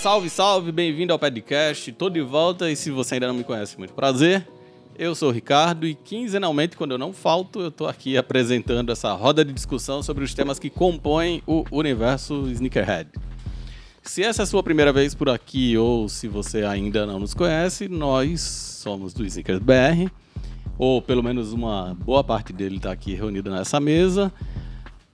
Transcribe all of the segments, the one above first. Salve, salve, bem-vindo ao podcast. Tô de volta e se você ainda não me conhece, muito prazer. Eu sou o Ricardo e quinzenalmente, quando eu não falto, eu tô aqui apresentando essa roda de discussão sobre os temas que compõem o universo Sneakerhead. Se essa é a sua primeira vez por aqui ou se você ainda não nos conhece, nós somos do Sneakers BR, ou pelo menos uma boa parte dele está aqui reunida nessa mesa.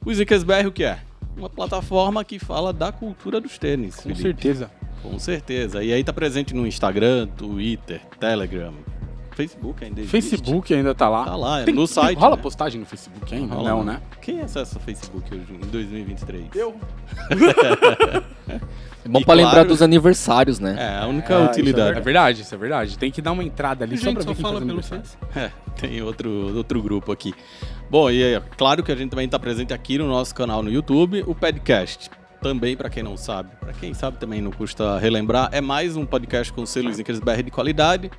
O Sneakers BR o que é? Uma plataforma que fala da cultura dos tênis. Com Felipe. certeza. Com certeza. E aí tá presente no Instagram, Twitter, Telegram, Facebook ainda existe. Facebook ainda tá lá. Tá lá, é no site, Rola né? postagem no Facebook ainda? Rola, não, né? Quem acessa o Facebook hoje em 2023? Eu. É bom E pra lembrar claro- dos aniversários, né? É, a única Ah, utilidade. Isso é verdade, isso é verdade. Tem que dar uma entrada ali só pra ver quem faz aniversário. É, tem outro, outro grupo aqui. Bom, e é claro que a gente também está presente aqui no nosso canal no YouTube, o podcast. Também, para quem não sabe, para quem sabe também não custa relembrar, é mais um podcast com selo Snickers BR de qualidade.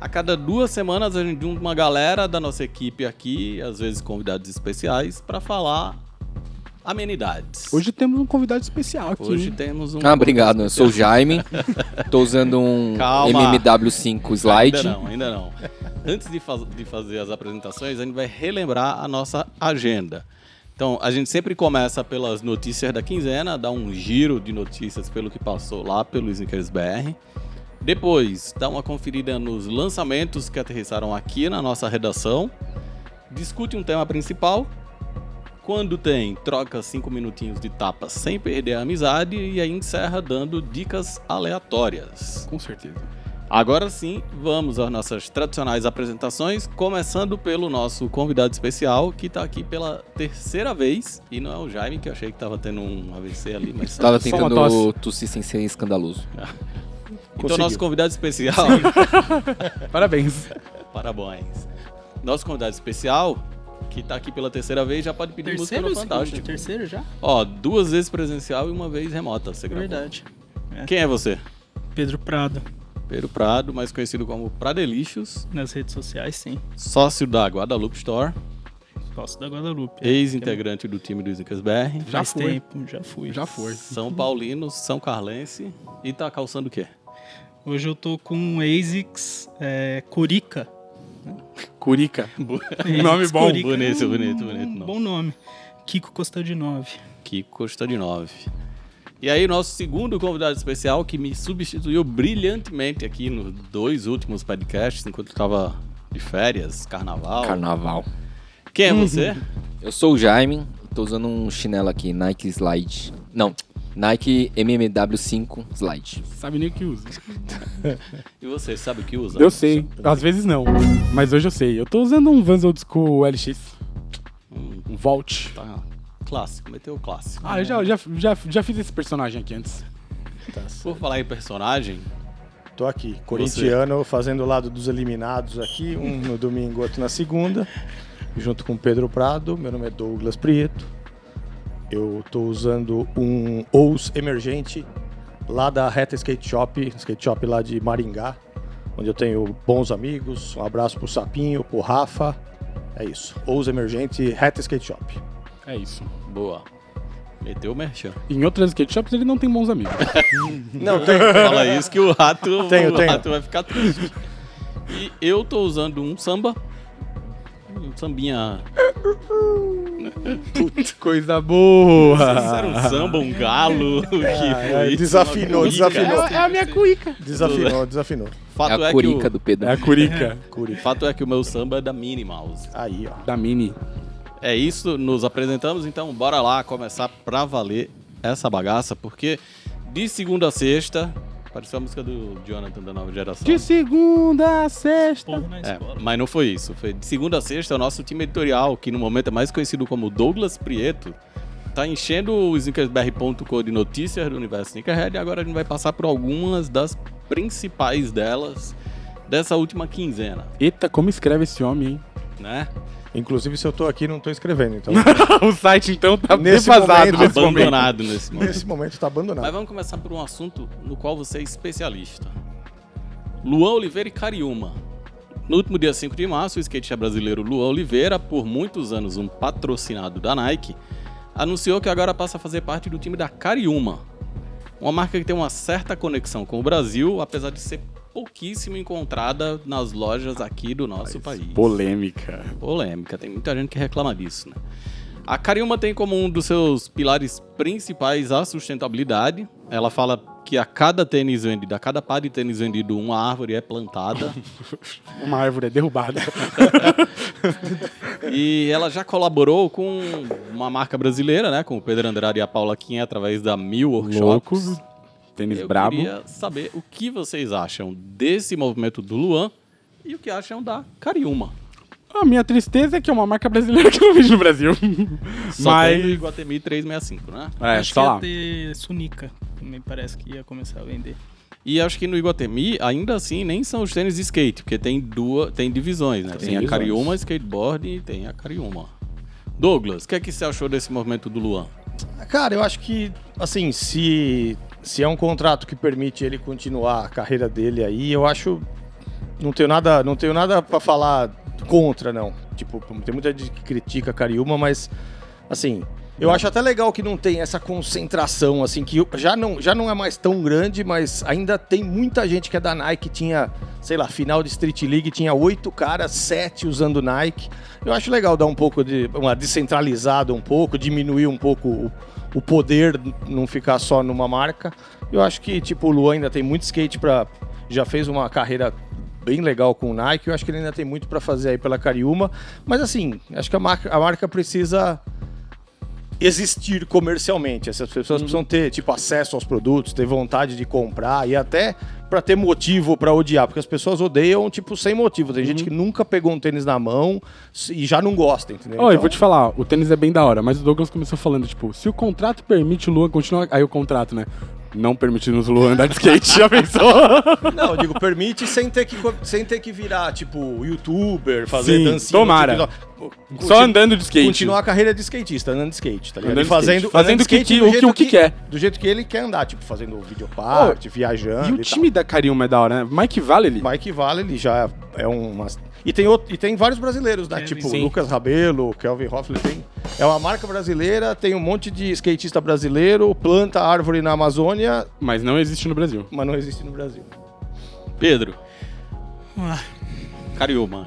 A cada duas semanas a gente junta uma galera da nossa equipe aqui, às vezes convidados especiais, para falar amenidades. Hoje temos um convidado especial aqui. Hoje hein? temos um. Ah, obrigado. Eu sou o Jaime. Tô usando um Calma. MMW5 Slide. Ainda não, ainda não. Antes de, faz- de fazer as apresentações, a gente vai relembrar a nossa agenda. Então, a gente sempre começa pelas notícias da quinzena, dá um giro de notícias pelo que passou lá pelo Snickers BR. Depois, dá uma conferida nos lançamentos que aterrissaram aqui na nossa redação. Discute um tema principal. Quando tem, troca cinco minutinhos de tapa sem perder a amizade e aí encerra dando dicas aleatórias. Com certeza. Agora sim, vamos às nossas tradicionais apresentações, começando pelo nosso convidado especial, que tá aqui pela terceira vez, e não é o Jaime, que eu achei que tava tendo um AVC ali, mas... Tava Só uma tentando tosse. tossir sem ser escandaloso. Então, conseguiu. nosso convidado especial... Parabéns. Parabéns. Nosso convidado especial, que tá aqui pela terceira vez, já pode pedir Terceiro ou música no segundo? Fantástico. Terceiro já? Ó, duas vezes presencial e uma vez remota, você gravou. Verdade. Quem é você? Pedro Prado, Pedro Prado, mais conhecido como Pradelixos, nas redes sociais, sim. sócio da Guadalupe Store, Posso da Guadalupe. ex-integrante do time do Zicas BR. Já Faz foi. tempo, já fui. Já foi. São Paulino, São Carlense e tá calçando o quê? Hoje eu tô com um ASICS é, Curica. Curica. Um ASICS Nome bom. Curica é Bonito, um- bonito, bonito, Um não. bom nome. Kiko Costel de 9. Que custa de 9. E aí, nosso segundo convidado especial que me substituiu brilhantemente aqui nos dois últimos podcasts, enquanto eu tava de férias, carnaval. Carnaval. Quem é você? Eu sou o Jaime. Tô usando um chinelo aqui, Nike Slide. Não, Nike MMW5 Slide. É Sabe nem o que usa. E você sabe o que usa? Eu sei. Às vezes não. Mas hoje eu sei. Eu tô usando um Vans Old School LX. Hum, Um Vault. tá. Clássico, meteu o clássico. Ah, eu já, já, já, já fiz esse personagem aqui antes. Tá certo. Por falar em personagem, Tô aqui, corintiano, fazendo o lado dos eliminados aqui, um no domingo, outro na segunda, junto com Pedro Prado. Meu nome é Douglas Prieto. Eu tô usando um Ous Emergente lá da Reta Skate Shop, skate shop lá de Maringá, onde eu tenho bons amigos. Um abraço pro Sapinho, pro Rafa. É isso. Ous Emergente, Reta Skate Shop. É isso. boa. Meteu o merchan. Em outras skate shops ele não tem bons amigos. Não, tem. Fala isso que o rato, Tenho, o tenho. rato vai ficar triste. E eu tô usando um samba. Um sambinha. Coisa boa. Era um samba, um galo. o que É, foi isso? desafinou, Uma cuica. desafinou. É a minha cuica. Desafinou, desafinou. Fato é, é a que curica o, do Pedro. É a curica. Curi. fato é que o meu samba é da Minnie Mouse. Aí, ó. Da Mini. É isso, nos apresentamos, então bora lá começar pra valer essa bagaça, porque de segunda a sexta. Pareceu a música do Jonathan da nova geração. De segunda a sexta. Povo na É, escola. mas não foi isso. Foi de segunda a sexta, é o nosso time editorial, que no momento é mais conhecido como Douglas Prieto, tá enchendo o sneakersbr.com de notícias do universo Sneakerhead e agora a gente vai passar por algumas das principais delas dessa última quinzena, Eita, como escreve esse homem, hein? né? Inclusive, se eu tô aqui, não tô escrevendo, então. o site então tá Nesse defasado momento, nesse momento. Abandonado nesse momento. Nesse momento tá abandonado. Mas vamos começar por um assunto no qual você é especialista. Luan Oliveira e Cariúma. No último dia 5 de março, o skatista brasileiro Luan Oliveira, por muitos anos um patrocinado da Nike, anunciou que agora passa a fazer parte do time da Cariúma. Uma marca que tem uma certa conexão com o Brasil, apesar de ser pouquíssimo encontrada nas lojas aqui do nosso país. Polêmica. Polêmica, tem muita gente que reclama disso, né? A Cariúma tem como um dos seus pilares principais a sustentabilidade. Ela fala que a cada tênis vendido, a cada par de tênis vendido, uma árvore é plantada. Uma árvore é derrubada. E ela já colaborou com uma marca brasileira, né? Com o Pedro Andrade e a Paula Kim, através da Mil Louco. Workshops. Tênis Eu brabo. queria saber o que vocês acham desse movimento do Luan e o que acham da Cariúma. A minha tristeza é que é uma marca brasileira que eu não vejo no Brasil. Só tem no Mas. Iguatemi 365, né? É, Acho só lá. que ia ter Sunica. Me parece que ia começar a vender. E acho que no Iguatemi, ainda assim, nem são os tênis de skate, porque tem duas, tem divisões, né? Tem, a divisões. Cariúma Skateboard e tem a Cariúma. Douglas, o que é que você achou desse movimento do Luan? Cara, eu acho que, assim, se, se é um contrato que permite ele continuar a carreira dele aí, eu acho. Não tenho nada, não tenho nada para falar contra, não. Tipo, tem muita gente que critica a Cariúma, mas, assim. Eu acho até legal que não tem essa concentração, assim, que já não, já não é mais tão grande, mas ainda tem muita gente que é da Nike, tinha, sei lá, final de Street League, tinha oito caras, sete usando Nike. Eu acho legal dar um pouco de. uma descentralizada um pouco, diminuir um pouco o, o poder, não ficar só numa marca. Eu acho que, tipo, o Luan ainda tem muito skate pra. Já fez uma carreira bem legal com o Nike. Eu acho que ele ainda tem muito pra fazer aí pela Cariúma. Mas assim, acho que a marca, a marca precisa existir comercialmente. Essas pessoas Uhum. precisam ter, tipo, acesso aos produtos, ter vontade de comprar e até pra ter motivo pra odiar, porque as pessoas odeiam, tipo, sem motivo. Tem Uhum. gente que nunca pegou um tênis na mão e já não gosta, entendeu? Ó, eu Então- vou te falar, o tênis é bem da hora, mas o Douglas começou falando, tipo, se o contrato permite o Luan continuar. Aí o contrato, né? Não permitimos o Luan andar de skate, já pensou? Não, eu digo, permite sem ter que, co- sem ter que virar, tipo, youtuber, fazer Sim, dancinha. tomara. no TikTok. Conti- Só andando de skate. Continuar a carreira de skatista, andando de skate, tá ligado? Andando E de fazendo skate. Fazendo andando de o que- skate que- do o que- jeito o que quer. Do jeito que ele quer andar, tipo, fazendo videoparte, viajando E e, o time da Cariúma é da hora, né? Mike Valley. tal. Mike Vale, ele já é uma... E tem, outro, e tem vários brasileiros, né? Sim, tipo, sim. Lucas Rabelo, Kelvin Hoffler, tem... É uma marca brasileira, tem um monte de skatista brasileiro, planta árvore na Amazônia, Mas não existe no Brasil. mas não existe no Brasil. Pedro, Ah, Cariúma.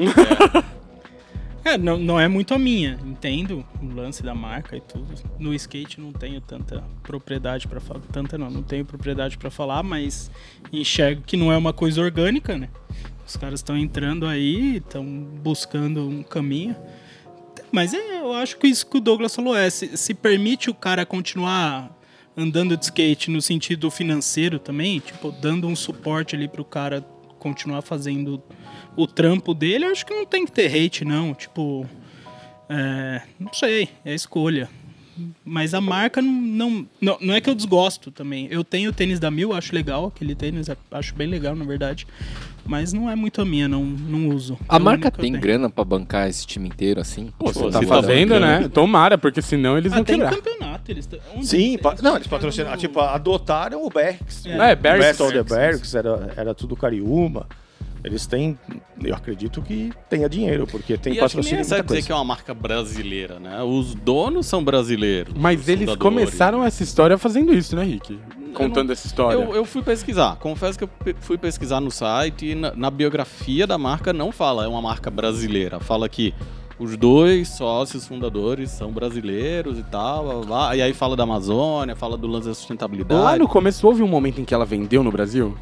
É, não, não é muito a minha, entendo o lance da marca e tudo. No skate não tenho tanta propriedade pra falar, tanta não, não tenho propriedade pra falar, mas enxergo que não é uma coisa orgânica, né? Os caras estão entrando aí, estão buscando um caminho. Mas é, eu acho que isso que o Douglas falou é, se, se permite o cara continuar andando de skate no sentido financeiro também, tipo, dando um suporte ali pro cara continuar fazendo o trampo dele, eu acho que não tem que ter hate, não. Tipo, é, não sei, é escolha. Mas a marca não, não, não, não é que eu desgosto também. Eu tenho o tênis da Mil, acho legal, aquele tênis, é, acho bem legal, na verdade. Mas não é muito a minha, não, não uso. A É o marca único que eu tem tenho. grana pra bancar esse time inteiro, assim? Pô, você Pô, tá se tá fazendo, bancando. né? Tomara, porque senão eles Ah, vão tem quebrar. então, campeonato, eles tão- onde Sim, eles- pa- não, eles fazem patrocinaram, o- tipo, adotaram o Berks. É. o É, Berks. Battle the Berks, Berks, era, era tudo Cariúma. Eles têm, eu acredito que tenha dinheiro, porque tem e acho que nem é patrocínio e muita certo dizer coisa. que é uma marca brasileira, né? Os donos são brasileiros. Mas os eles fundadores. começaram essa história fazendo isso, né, Rick? Contando essa história. Eu, eu fui pesquisar, confesso que eu pe- fui pesquisar no site e na, na biografia da marca não fala, é uma marca brasileira. Fala que os dois sócios fundadores são brasileiros e tal, blá, blá, blá. e aí fala da Amazônia, fala do lance da sustentabilidade. Lá no começo houve um momento em que ela vendeu no Brasil?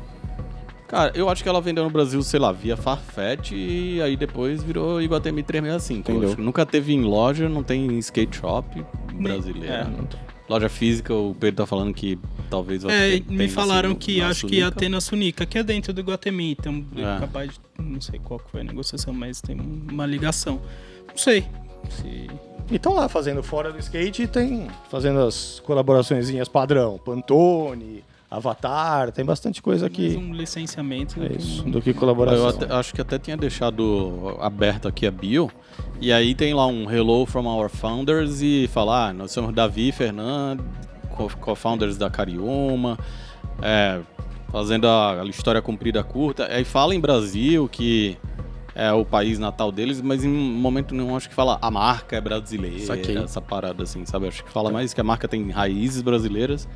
Cara, eu acho que ela vendeu no Brasil, sei lá, via Farfetch e aí depois virou Iguatemi 365. Eu Entendeu. acho que nunca teve em loja, não tem em skate shop brasileira. é. Não tem. Loja física, o Pedro tá falando que talvez vai É, ter- tipo, tem me na falaram Sinu- que na acho que ia Sunica. ter na Sunica, que é dentro do Guatemi, então É. é. capaz de. Não sei qual que foi a negociação, mas tem uma ligação. Não sei. Se... Então lá fazendo fora do skate e tem fazendo as colaboraçõezinhas padrão, Pantone, Avatar, tem bastante coisa Mas aqui. um licenciamento. É que um isso, não- do que Eu colaboração. até- acho que até tinha deixado aberto aqui a bio. E aí tem lá um Hello from our founders e falar, ah, nós somos Davi e Fernando, co- co-founders da Cariúma, é, fazendo a, a história comprida curta. Aí fala em Brasil que é o país natal deles, mas em momento nenhum acho que fala a marca é brasileira, Saquei. Tá. essa parada assim, sabe? Acho que fala mais que a marca tem raízes brasileiras.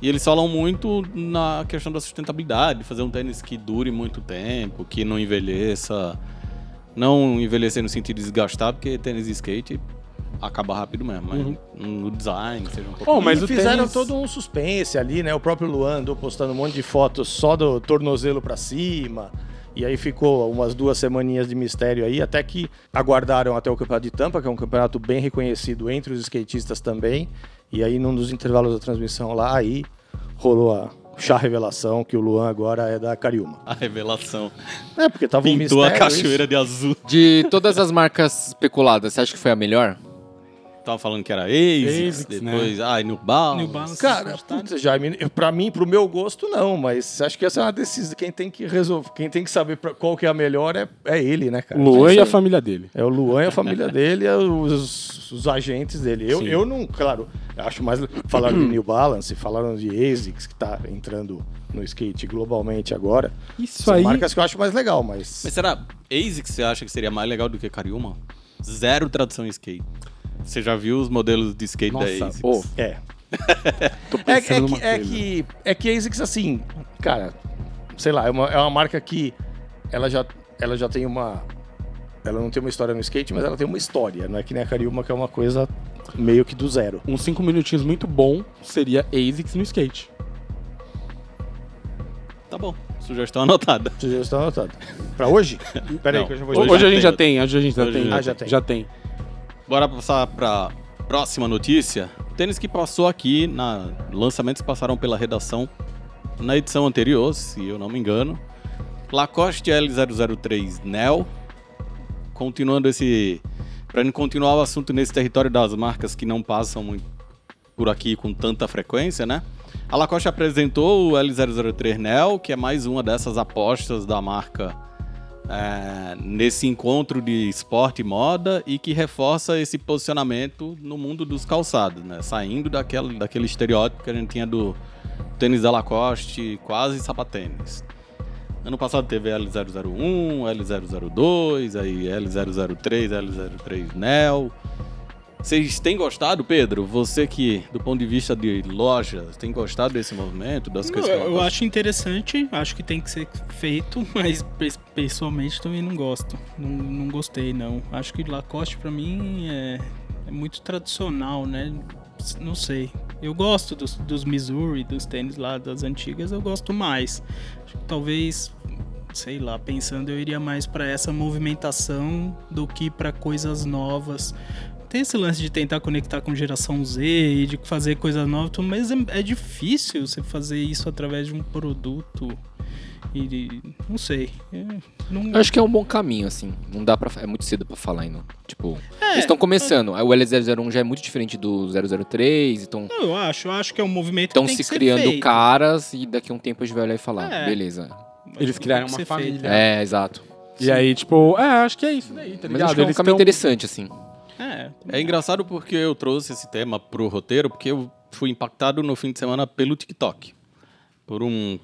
E eles falam muito na questão da sustentabilidade, fazer um tênis que dure muito tempo, que não envelheça. Não envelhecer no sentido de desgastar, porque tênis de skate acaba rápido mesmo, mas Uhum. no design, seja um pouco. Bom, Oh, mas e o fizeram tênis- todo um suspense ali, né? O próprio Luan andou postando um monte de fotos só do tornozelo pra cima. E aí ficou umas duas semaninhas de mistério aí, até que aguardaram até o Campeonato de Tampa, que é um campeonato bem reconhecido entre os skatistas também. E aí, num dos intervalos da transmissão lá, aí rolou a chá revelação que o Luan agora é da Cariúma. A revelação. É, porque tava um Pintou mistério. a cachoeira de azul. De todas as marcas especuladas, você acha que foi a melhor? Tava falando que era Asics, Asics, né? depois, ah, ai, New Balance. New Balance. isso. Cara, putz, Jaime, pra mim, pro meu gosto, não, mas acho que essa é uma decisão. Quem tem que resolver, quem tem que saber pra- qual que é a melhor é, é ele, né, cara? Luan e a família dele. É o Luan e a família dele, é os, os agentes dele. Eu, Sim. eu não, claro, acho mais. Falaram de New Balance, falaram de ASICS, que tá entrando no skate globalmente agora. Isso São aí. marcas que eu acho mais legal, mas. Mas será ASICS você acha que seria mais legal do que Cariúma? Zero tradução em skate. Você já viu os modelos de skate da Nossa, ASICS? ô, É. tô É, é, pensando numa que, é, coisa. que, é que ASICS, assim, cara, sei lá, é uma, é uma marca que ela já, ela já tem uma. Ela não tem uma história no skate, mas ela tem uma história. Não é que nem a Cariúma, que é uma coisa meio que do zero. Uns 5 minutinhos muito bom seria ASICS no skate. Tá bom, sugestão anotada. Sugestão anotada. Pra hoje? Pera aí, Não, que eu já vou Hoje Hoje, já a gente já tem. tem, hoje a gente já Hoje tem. já Ah, já tem. Já tem. Bora passar pra próxima notícia. Tênis que passou aqui, na lançamentos que passaram pela redação na edição anterior, se eu não me engano. Lacoste L003 Nel. Continuando esse... Pra gente continuar o assunto nesse território das marcas que não passam muito por aqui com tanta frequência, né? A Lacoste apresentou o L003 Nel, que é mais uma dessas apostas da marca é, nesse encontro de esporte e moda e que reforça esse posicionamento no mundo dos calçados, né? Saindo daquela, daquele estereótipo que a gente tinha do tênis da Lacoste, quase sapatênis. Ano passado teve L001, L002, aí L003, L03 Nel. Vocês têm gostado, Pedro? Você que, do ponto de vista de loja, tem gostado desse movimento, das Não, coisas que eu, ela eu gosta? acho interessante, acho que tem que ser feito, mas pe- pessoalmente também não gosto. Não, não gostei, não. Acho que Lacoste pra mim é, é muito tradicional, né? S- Não sei. Eu gosto dos, dos Missouri, dos tênis lá das antigas, eu gosto mais. Acho que Talvez, sei lá, pensando, eu iria mais pra essa movimentação do que pra coisas novas. Tem esse lance de tentar conectar com geração Z e de fazer coisa nova, tudo, mas é, é difícil você fazer isso através de um produto. E de- não sei. É, não- Eu acho que é um bom caminho, assim. Não dá pra. É muito cedo pra falar ainda. Tipo, É, eles estão começando. O L001 já é muito diferente do 003, então não, eu acho, eu acho que é um movimento estão que tem se que ser criando feito. caras e daqui a um tempo a gente vai olhar e falar, É. beleza. Eles Tem criaram que uma ser família. feito. É, exato. E aí, tipo, é, acho que é isso daí, tá Mas ligado? acho que é um Eles caminho tão- interessante, assim. É, É engraçado porque eu trouxe esse tema pro roteiro, porque eu fui impactado no fim de semana pelo TikTok. Por um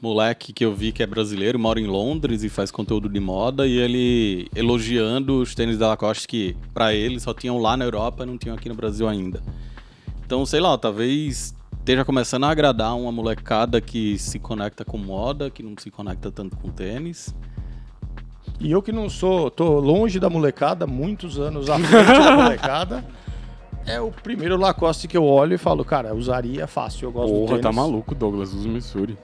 moleque que eu vi que é brasileiro, mora em Londres e faz conteúdo de moda, e ele elogiando os tênis da Lacoste que, pra ele, só tinham lá na Europa e não tinham aqui no Brasil ainda. Então, sei lá, talvez esteja começando a agradar uma molecada que se conecta com moda, que não se conecta tanto com tênis. E eu que não sou, tô longe da molecada, muitos anos à frente da molecada. É o primeiro Lacoste que eu olho e falo, cara, usaria fácil, eu gosto do Porra, tênis. tá maluco, Douglas, usa o Missouri.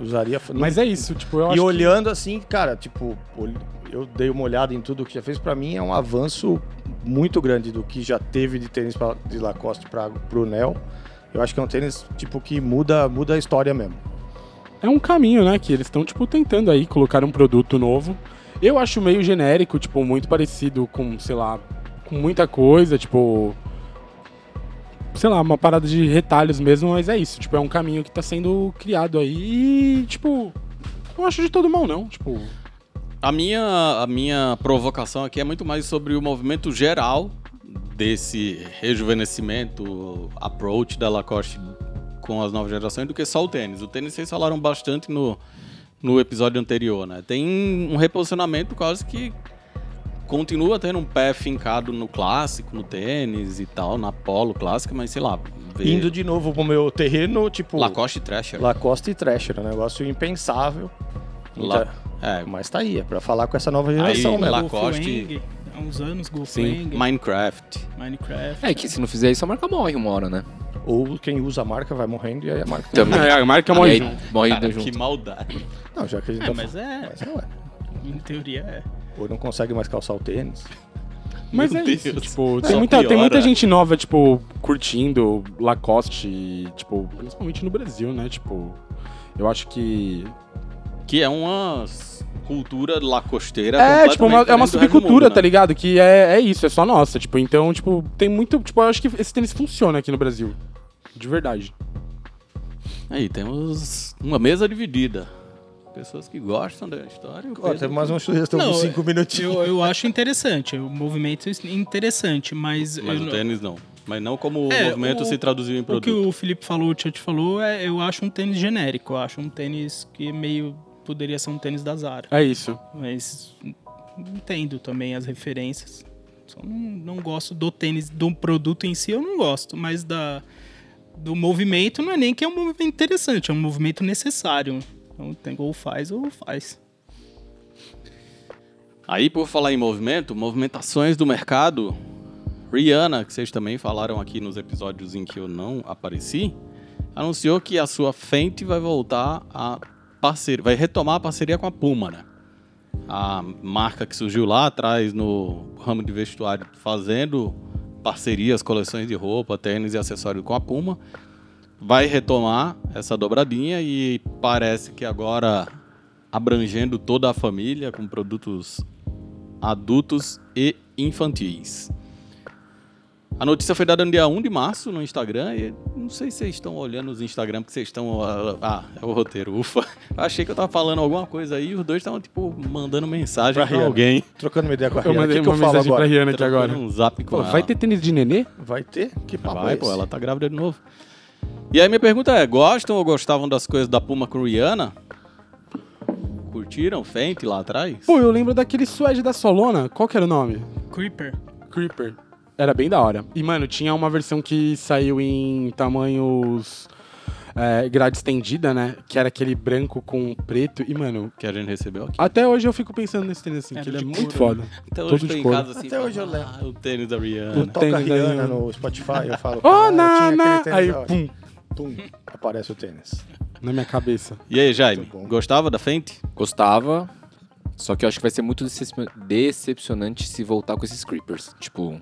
Usaria fa- Mas é isso, tipo, eu acho E que- olhando assim, cara, tipo, ol- eu dei uma olhada em tudo que já fez, pra mim é um avanço muito grande do que já teve de tênis pra- de Lacoste para pro Nel. Eu acho que é um tênis tipo que muda, muda a história mesmo. é um caminho, né? Que eles estão, tipo, tentando aí colocar um produto novo. Eu acho meio genérico, tipo, muito parecido com, sei lá, com muita coisa, tipo. Sei lá, uma parada de retalhos mesmo, mas é isso. Tipo, é um caminho que tá sendo criado aí e, tipo. Não acho de todo mal, não. Tipo. A minha, a minha provocação aqui é muito mais sobre o movimento geral desse rejuvenescimento, approach da Lacoste com as novas gerações do que só o tênis. O tênis vocês falaram bastante no, no episódio anterior, né? Tem um reposicionamento quase que continua tendo um pé fincado no clássico, no tênis e tal, na polo clássica, mas sei lá. vê- Indo de novo pro meu terreno, tipo. Lacoste e Thrasher. Lacoste e Thrasher, um negócio impensável. La- Muita- É, Mas tá aí, é pra falar com essa nova geração, Aí, né? lá- Lacoste. Golfwang, há uns anos, sim. Golfwang, Minecraft. Minecraft. É que se não fizer isso, a marca morre uma hora, né? Ou quem usa a marca vai morrendo e aí a marca. Também. É, a marca morre Aí junto. morre Cara, junto. que maldade. Não, já que a gente É, tá mas é, falando- Mas é, ué. em teoria é. Ou não consegue mais calçar o tênis. Mas Meu é isso, Deus. tipo, Só tem muita, tem muita piora. gente nova, tipo, curtindo Lacoste, e, tipo, principalmente no Brasil, né? Tipo, eu acho que. Que é uma s- cultura lacosteira. É, tipo, uma- é uma completamente diferente do subcultura, resto tá do mundo, né? ligado? Que é, é isso, é só nossa. Tipo, então, tipo, tem muito. Tipo, eu acho que esse tênis funciona aqui no Brasil. De verdade. né? Aí temos uma mesa dividida. Pessoas que gostam da história. e o Ó, Pedro- temos mais uma sugestão Não, de é- cinco minutinhos. Eu, eu acho interessante, o movimento é interessante, mas, eu Mas o não- tênis não. Mas não como o É, movimento o- se traduziu em o que produto. o Felipe falou, o Tchat falou, é, eu acho um tênis genérico, eu acho um tênis que meio poderia ser um tênis da Zara, É isso. mas entendo também as referências. Só não, não gosto do tênis, do produto em si eu não gosto, mas da do movimento não é nem que é um movimento interessante, é um movimento necessário. Então tem ou faz ou faz. Aí, por falar em movimento, movimentações do mercado. Rihanna, que vocês também falaram aqui nos episódios em que eu não apareci, anunciou que a sua Fenty vai voltar a parceria, vai retomar a parceria com a Puma, né? A marca que surgiu lá atrás no ramo de vestuário, fazendo parcerias, coleções de roupa, tênis e acessório com a Puma, vai retomar essa dobradinha e parece que agora abrangendo toda a família com produtos adultos e infantis. A notícia foi dada no dia 1 de março no Instagram e não sei se vocês estão olhando os Instagram porque vocês estão ah, ah, é o roteiro, ufa. Achei que eu tava falando alguma coisa aí e os dois estavam tipo mandando mensagem Pra pra, Rihanna. alguém. Trocando uma ideia com a Eu Rihanna. O mandei que, que eu uma falo mensagem pra agora? Rihanna aqui né? agora. Trocando Um zap com Pô, ela. vai ter tênis de nenê? Vai ter? Que papo Vai, é pô, esse? ela tá grávida de novo. E aí minha pergunta é, gostam ou gostavam das coisas da Puma com Rihanna? Curtiram Fenty lá atrás? Pô, eu lembro daquele suede da Solona. Qual que era o nome? Creeper. Creeper. Era bem da hora. E, mano, tinha uma versão que saiu em tamanhos. É, grade estendida, né? Que era aquele branco com preto. E, mano, Que a gente recebeu aqui. até hoje eu fico pensando nesse tênis assim, Era que ele é de muito couro, foda. Até Todo hoje tô de em couro. casa assim. Até fala, hoje eu lembro. "Ah, o tênis da Eu Rihanna. toco a Tênis da Rihanna Rihanna. no Spotify, eu falo. Oh, "Cara, eu tinha aquele Nana! tênis Aí, da hora." pum, Pum, aparece o tênis. na minha cabeça. E aí, Jaime, Muito bom. gostava da Fenty? Gostava. Só que eu acho que vai ser muito decep- decepcionante se voltar com esses creepers. Tipo,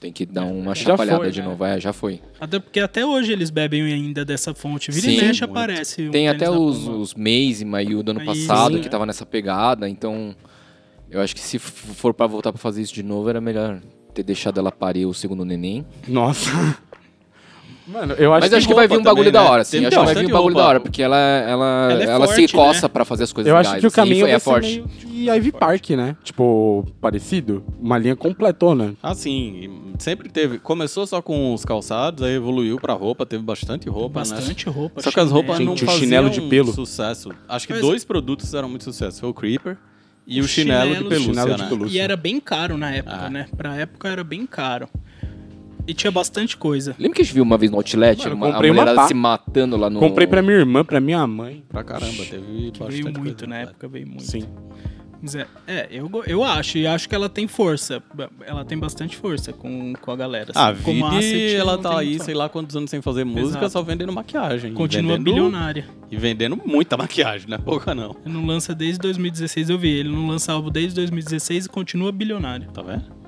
tem que dar uma Já chapalhada foi, de né? novo. É, já foi. Até porque até hoje eles bebem ainda dessa fonte. Vira e Sim, mexe muito. aparece. um Tem tênis até da os, Puma. os Maze e Mayu do ano Aí, passado sim. que tava nessa pegada, então eu acho que se f- for pra voltar pra fazer isso de novo, era melhor ter deixado ela parir o segundo neném. Nossa. Mano, eu acho Mas que, acho que vai roupa vir um também, bagulho da né? hora, assim. Tem acho que vai vir bastante um bagulho roupa. da hora, porque ela, ela, Ela ela, é se forte, coça pra fazer as coisas eu acho legais, que o assim, e caminho foi- vai é ser forte. meio que Ivy Park, né? Tipo, parecido. Uma linha né? completona. Assim, sempre teve. Começou só com os calçados, aí evoluiu pra roupa, teve bastante roupa, né? Bastante roupa. Só que as roupas chinelo. não Gente, o faziam chinelo de pelo. sucesso. Acho que Mas- dois produtos fizeram muito sucesso. Foi o Creeper e O o chinelo, chinelo- de pelúcia, Chinelo de né? pelúcia. E era bem caro na época, Ah. né? Pra época era bem caro. E tinha bastante coisa. Lembra que a gente viu uma vez no Outlet, Mano, eu uma, a comprei uma mulherada pá. se matando lá no... Comprei pra minha irmã, pra minha mãe. Pra caramba, teve Que bastante veio muito, coisa, na cara. época veio muito. Sim. Mas é, é, eu, go- eu acho, e acho que ela tem força. Ela tem bastante força com, com a galera. A assim. Como Vidi, asset, Ah, ela não tá tem aí, muito- sei lá quantos anos sem fazer música, Exato. só vendendo maquiagem. E Continua vendendo, bilionária. E vendendo muita maquiagem, não é pouca não. Ele não lança desde 2016, eu vi. Ele não lança álbum desde 2016 e continua bilionário. Tá vendo?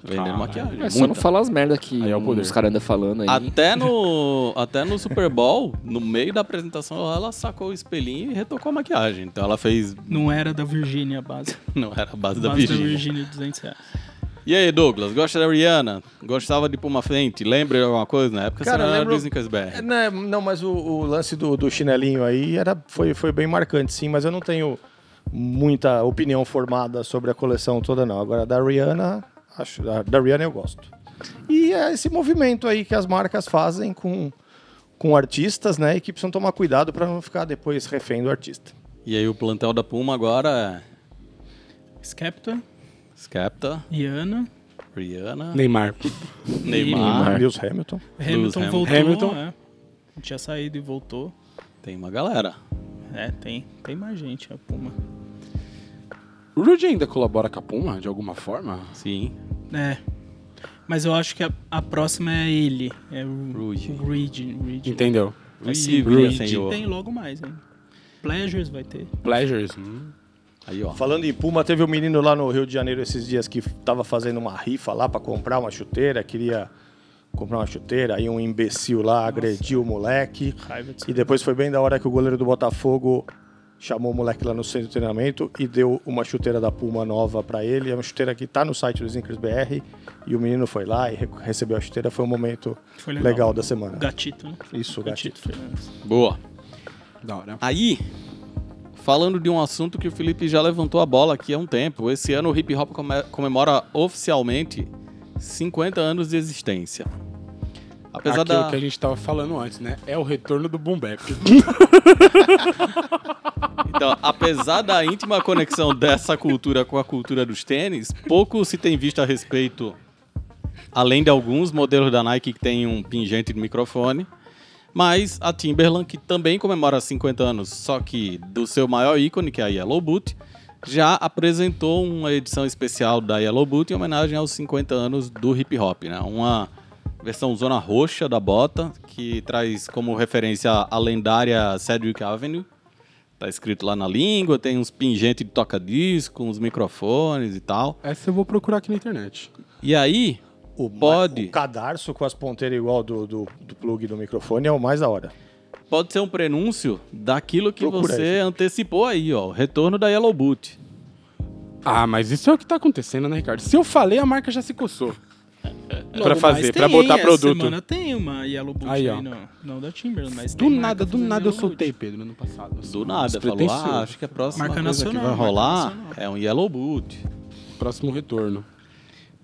Vendendo Caralho. maquiagem. É só não muita. falar as merdas que Aí é o poder. os caras andam falando aí. Até no, até no Super Bowl, no meio da apresentação, ela sacou o espelhinho e retocou a maquiagem. Então ela fez. Não era da Virgínia a base. Não era a base da base da Virgínia. Virgínia, 200 reais. E aí, Douglas, gosta da Rihanna? Gostava de Puma Frente? Lembra de alguma coisa na época? Cara, você não era lembro- Disney Cause É, BR. né, não, mas o, o lance do, do chinelinho aí era, foi, foi bem marcante, sim, mas eu não tenho muita opinião formada sobre a coleção toda, não. Agora, da Rihanna, acho, da, da Rihanna eu gosto. E é esse movimento aí que as marcas fazem com, com artistas, né, e que precisam tomar cuidado para não ficar depois refém do artista. E aí o plantel da Puma agora é Skepta, Skepta, Iana, Rihanna, Neymar. Neymar. Neymar. Né? Lewis Hamilton. Hamilton Hamilton. voltou. Hamilton. é. Tinha saído e voltou. Tem uma galera. É, tem, tem mais gente, a Puma. O Rudy ainda colabora com a Puma, de alguma forma? Sim. É. Mas eu acho que a, a próxima é ele. É o Ruge. o Reed. Reed. Entendeu? Vai Ruge, ser vira, Reed. É né, senhor. Tem logo mais, hein? Pleasures vai ter. Pleasures. hum. Aí, ó. Falando em Puma, teve um menino lá no Rio de Janeiro esses dias que tava fazendo uma rifa lá pra comprar uma chuteira, queria comprar uma chuteira, aí um imbecil lá agrediu o moleque. Raiva disso. E depois foi bem da hora que o goleiro do Botafogo chamou o moleque lá no centro de treinamento e deu uma chuteira da Puma nova pra ele. É uma chuteira que tá no site do Zinkers BR e o menino foi lá e re- recebeu a chuteira. Foi um momento Foi legal, legal. da semana. Gatito, né? Isso, gatito. Fernandes. Boa. Da hora. Aí, falando de um assunto que o Felipe já levantou a bola aqui há um tempo. Esse ano o hip hop come- comemora oficialmente 50 anos de existência. Apesar Aquilo da. é que a gente tava falando antes, né? É o retorno do Boom Bap. Então, apesar da íntima conexão dessa cultura com a cultura dos tênis, pouco se tem visto a respeito, além de alguns modelos da Nike que tem um pingente de microfone. Mas a Timberland, que também comemora 50 anos, só que do seu maior ícone, que é a Yellow Boot, já apresentou uma edição especial da Yellow Boot em homenagem aos 50 anos do hip hop, né? Uma versão zona roxa da bota, que traz como referência a lendária Cedric Avenue, Tá escrito lá na língua, tem uns pingentes de toca-disco, uns microfones e tal. Essa eu vou procurar aqui na internet. E aí, O, Pode. O cadarço com as ponteiras igual do, do, do plug do microfone é o mais da hora. pode ser um prenúncio daquilo que Procura você aí, gente. antecipou aí, ó. O retorno da Yellow Boot. Ah, mas isso é o que tá acontecendo, né, Ricardo? Se eu falei, a marca já se coçou. Pra Logo fazer, mais pra tem, botar essa produto. semana tem uma Yellow Boot Aí, aí, ó. não, não da Timberland, mas do tem nada, marca do fazendo nada eu Yellow Boot. soltei, Pedro, ano passado. Do nada, falou, Despretensioso. ah, acho que a próxima Marca coisa que vai nacional, marca rolar nacional. é um Yellow Boot. Próximo retorno.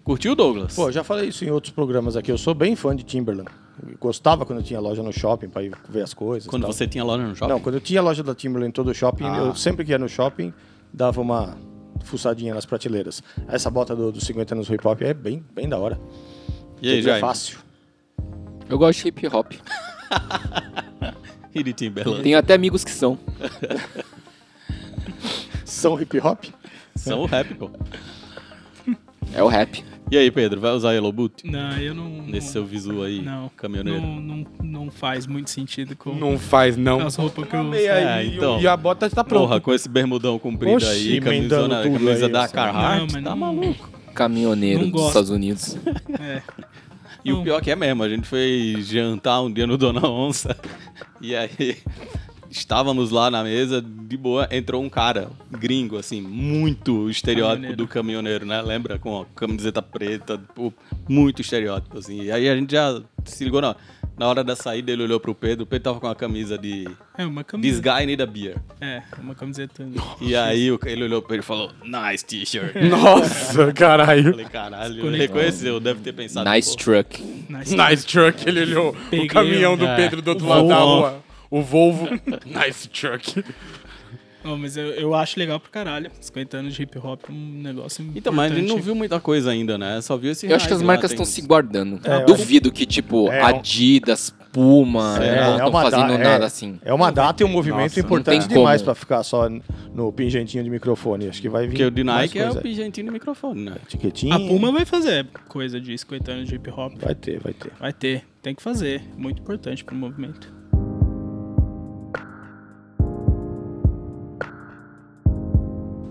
Curtiu, Douglas? Pô, eu já falei isso em outros programas aqui. Eu sou bem fã de Timberland. Eu gostava quando eu tinha loja no shopping pra ir ver as coisas. e Quando tal. você tinha loja no shopping? Não, quando eu tinha loja da Timberland em todo o shopping, Ah. eu sempre que ia no shopping, dava uma fuçadinha nas prateleiras. Essa bota do- dos 50 anos hip hop é bem, bem da hora. e aí, Tudo é Jaime? fácil. Eu gosto de hip hop. E de Timberland? Tenho até amigos que são. São hip hop? São o rap, pô. É o rap. E aí, Pedro, vai usar Yellow Boot? Não, eu não. Nesse seu não, visu aí, não, caminhoneiro. Não, não, não faz muito sentido com Não faz, não. as roupas que eu uso. É, então. E a bota tá pronta. Porra, com esse bermudão comprido Oxi, aí, emendando camisona, tudo camisa aí, da assim. Carhartt, Não, mas tá não- maluco. Caminhoneiro Não dos gosto. Estados Unidos. É. E o Não. pior que é mesmo, a gente foi jantar um dia no Dona Onça e aí estávamos lá na mesa, de boa, entrou um cara gringo, assim, muito estereótipo Caminhoneiro. do caminhoneiro, né? Lembra? Com a camiseta preta, pô, muito estereótipo, assim. E aí a gente já se ligou na hora. Na hora da saída ele olhou pro Pedro, o Pedro tava com uma camisa de É uma camiseta. This Guy Need a Beer. É, uma camiseta. E aí o- ele olhou pro Pedro e falou, nice t-shirt. Nossa, caralho. Falei, caralho, ele reconheceu, deve ter pensado. Nice "Pô, truck. Nice. Nice truck, ele olhou Peguei o caminhão um- do é. Pedro do outro O lado da Volvo. rua. O Volvo. nice truck. Não, mas eu, eu acho legal pra caralho. 50 anos de hip hop é um negócio Então, mas ele não importante. viu muita coisa ainda, né? Só viu esse Eu acho que as hype lá, marcas tem estão uns- se guardando. É, eu Duvido que, tipo, É, é um- Adidas, Puma, É, não é estão uma fazendo da- é- nada assim. É uma data e um movimento Nossa, não importante tem demais como. pra ficar só no pingentinho de microfone. Acho que vai vir. Porque o de mais Nike é coisa. o pingentinho de microfone, né? Etiquetinha. A Puma vai fazer coisa de 50 anos de hip hop. Vai ter, vai ter. Vai ter, tem que fazer. Muito importante pro movimento.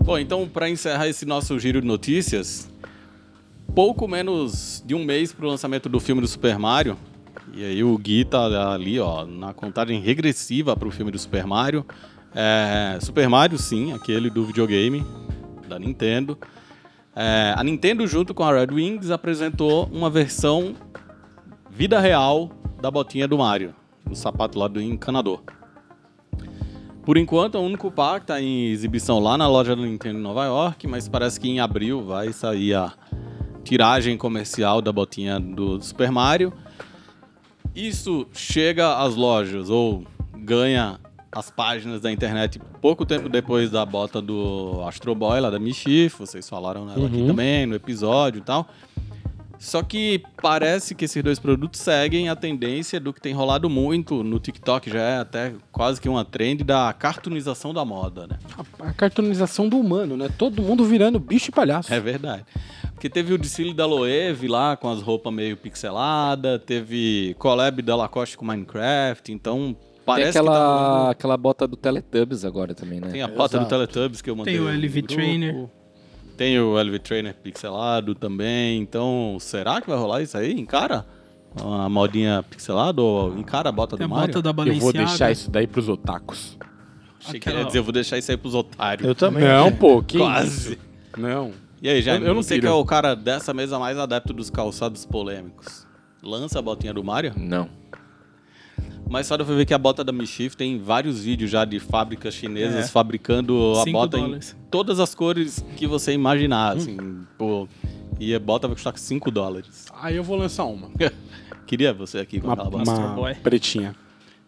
Bom, então, pra encerrar esse nosso giro de notícias, pouco menos de um mês pro lançamento do filme do Super Mario. E aí o Gui tá ali, ó, na contagem regressiva pro filme do Super Mario. É, Super Mario, sim, aquele do videogame da Nintendo. É, a Nintendo, junto com a Red Wings, apresentou uma versão vida real da botinha do Mario, do sapato lá do encanador. Por enquanto, é o único par que está em exibição lá na loja da Nintendo em Nova York, mas parece que em abril vai sair a tiragem comercial da botinha do Super Mario. Isso chega às lojas ou ganha as páginas da internet pouco tempo depois da bota do Astro Boy, lá da Michif, vocês falaram nela aqui Uhum. também, no episódio e tal. Só que parece que esses dois produtos seguem a tendência do que tem rolado muito no TikTok, já é até quase que uma trend da cartoonização da moda, né? A, a cartonização do humano, né? Todo mundo virando bicho e palhaço. É verdade. Porque teve o desfile da Loewe lá com as roupas meio pixeladas, teve collab da Lacoste com Minecraft, então Tem parece aquela, que tá rolando- aquela bota do Teletubbies agora também, né? Tem a bota do Exato. Teletubbies que eu mandei. Tem o no LV grupo. Trainer. Tem o LV Trainer pixelado também. Então, será que vai rolar isso aí? Encara? Uma modinha pixelada ou encara a bota Tem a do bota Mario? da Eu Balenciaga. vou deixar isso daí pros otakus. Achei que Aquela- ia dizer, eu vou deixar isso aí pros otários. Eu também. Não, pô, que Quase. isso? Não. E aí, Jaime? Eu- eu não você que piro. é o cara dessa mesa mais adepto dos calçados polêmicos. Lança a botinha do Mario? Não. Mas só de eu ver que a bota da Mischief tem vários vídeos já de fábricas chinesas É. fabricando a Cinco bota dólares. em todas as cores que você imaginar, assim, pô. E a bota vai custar 5 dólares. Aí eu vou lançar uma. Queria você aqui com Uma, aquela bota. uma Boy. pretinha.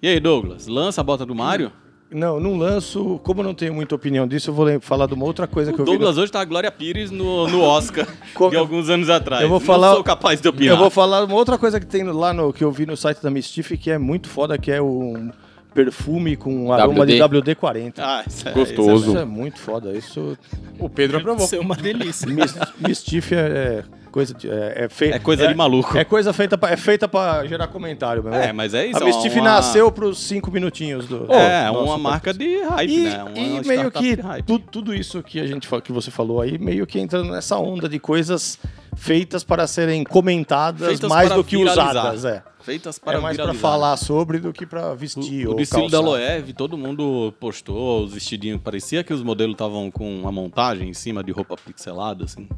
E aí, Douglas, lança a bota do Mario? Não, não lanço. Como eu não tenho muita opinião disso, eu vou le- falar de uma outra coisa que eu vi. no- Douglas hoje tá a Glória Pires no, no Oscar Co- de alguns anos atrás. eu vou falar- Não sou capaz de opinar. Eu vou falar uma outra coisa que tem lá no que eu vi no site da Mischief que é muito foda, que é um perfume com um aroma de WD-40. Ah, isso é, Gostoso. isso Isso é muito foda. Isso O Pedro Deve aprovou. ser uma delícia. Mis- Mischief é, é coisa de, é, é é- feita é coisa de maluco. é coisa feita pra, é feita para gerar comentário mesmo. É, mas é isso. a Mischief uma- nasceu pros cinco minutinhos do. É, do nosso uma marca de hype, e, né? Uma e meio startup que de hype. tu- tudo isso que a gente fa- que você falou aí meio que entra nessa onda de coisas feitas para serem comentadas Feitas mais para do que viralizar. usadas, é. Feitas para é mais para viralizar. falar sobre do que para vestir O, o ou desfile da calçar. Loewe, todo mundo postou os vestidinhos. Parecia que os modelos estavam com uma montagem em cima de roupa pixelada, assim.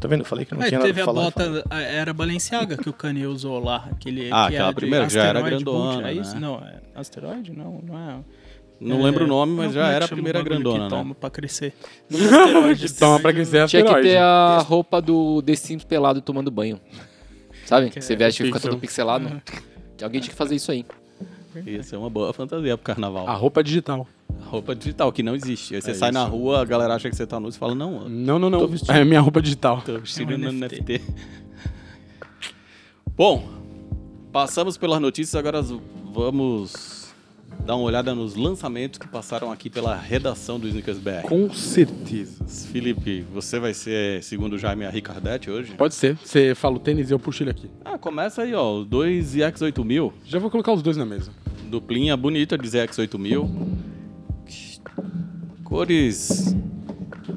Tá vendo? Eu falei que não Aí tinha É, teve nada a pra falar. bota, a- era Balenciaga que o Kanye usou lá. Aquele, Ah, que aquela era de primeira já era asteroide boot, grandona, É isso? né? Não, é asteroide? Não, não é. Não É, lembro o nome, mas não, já como é que era a chama o primeira bagulho grandona, que né? Toma pra crescer. é Que toma pra é crescer Tá Tinha que asteroide. ter a roupa do The Sims pelado tomando banho. Sabe? Que Você é veste e fica pixel. todo pixelado. Alguém tinha que fazer isso aí. Isso é uma boa fantasia pro carnaval. A roupa é digital. Roupa digital, que não existe. Aí você sai na rua, a galera acha que você tá nu e fala, não, eu Não, não, não. Tô vestido. É minha roupa digital. tô vestido É um no NFT. NFT. Bom, passamos pelas notícias, agora z- vamos dar uma olhada nos lançamentos que passaram aqui pela redação do Sneakers BR. Com certeza. Felipe, você vai ser, segundo o Jaime, a Ricardete hoje? Pode ser. Você fala o tênis e eu puxo ele aqui. Ah, começa aí, ó, os dois EX8000. Já vou colocar os dois na mesa. Duplinha bonita de ZX8000. Cores.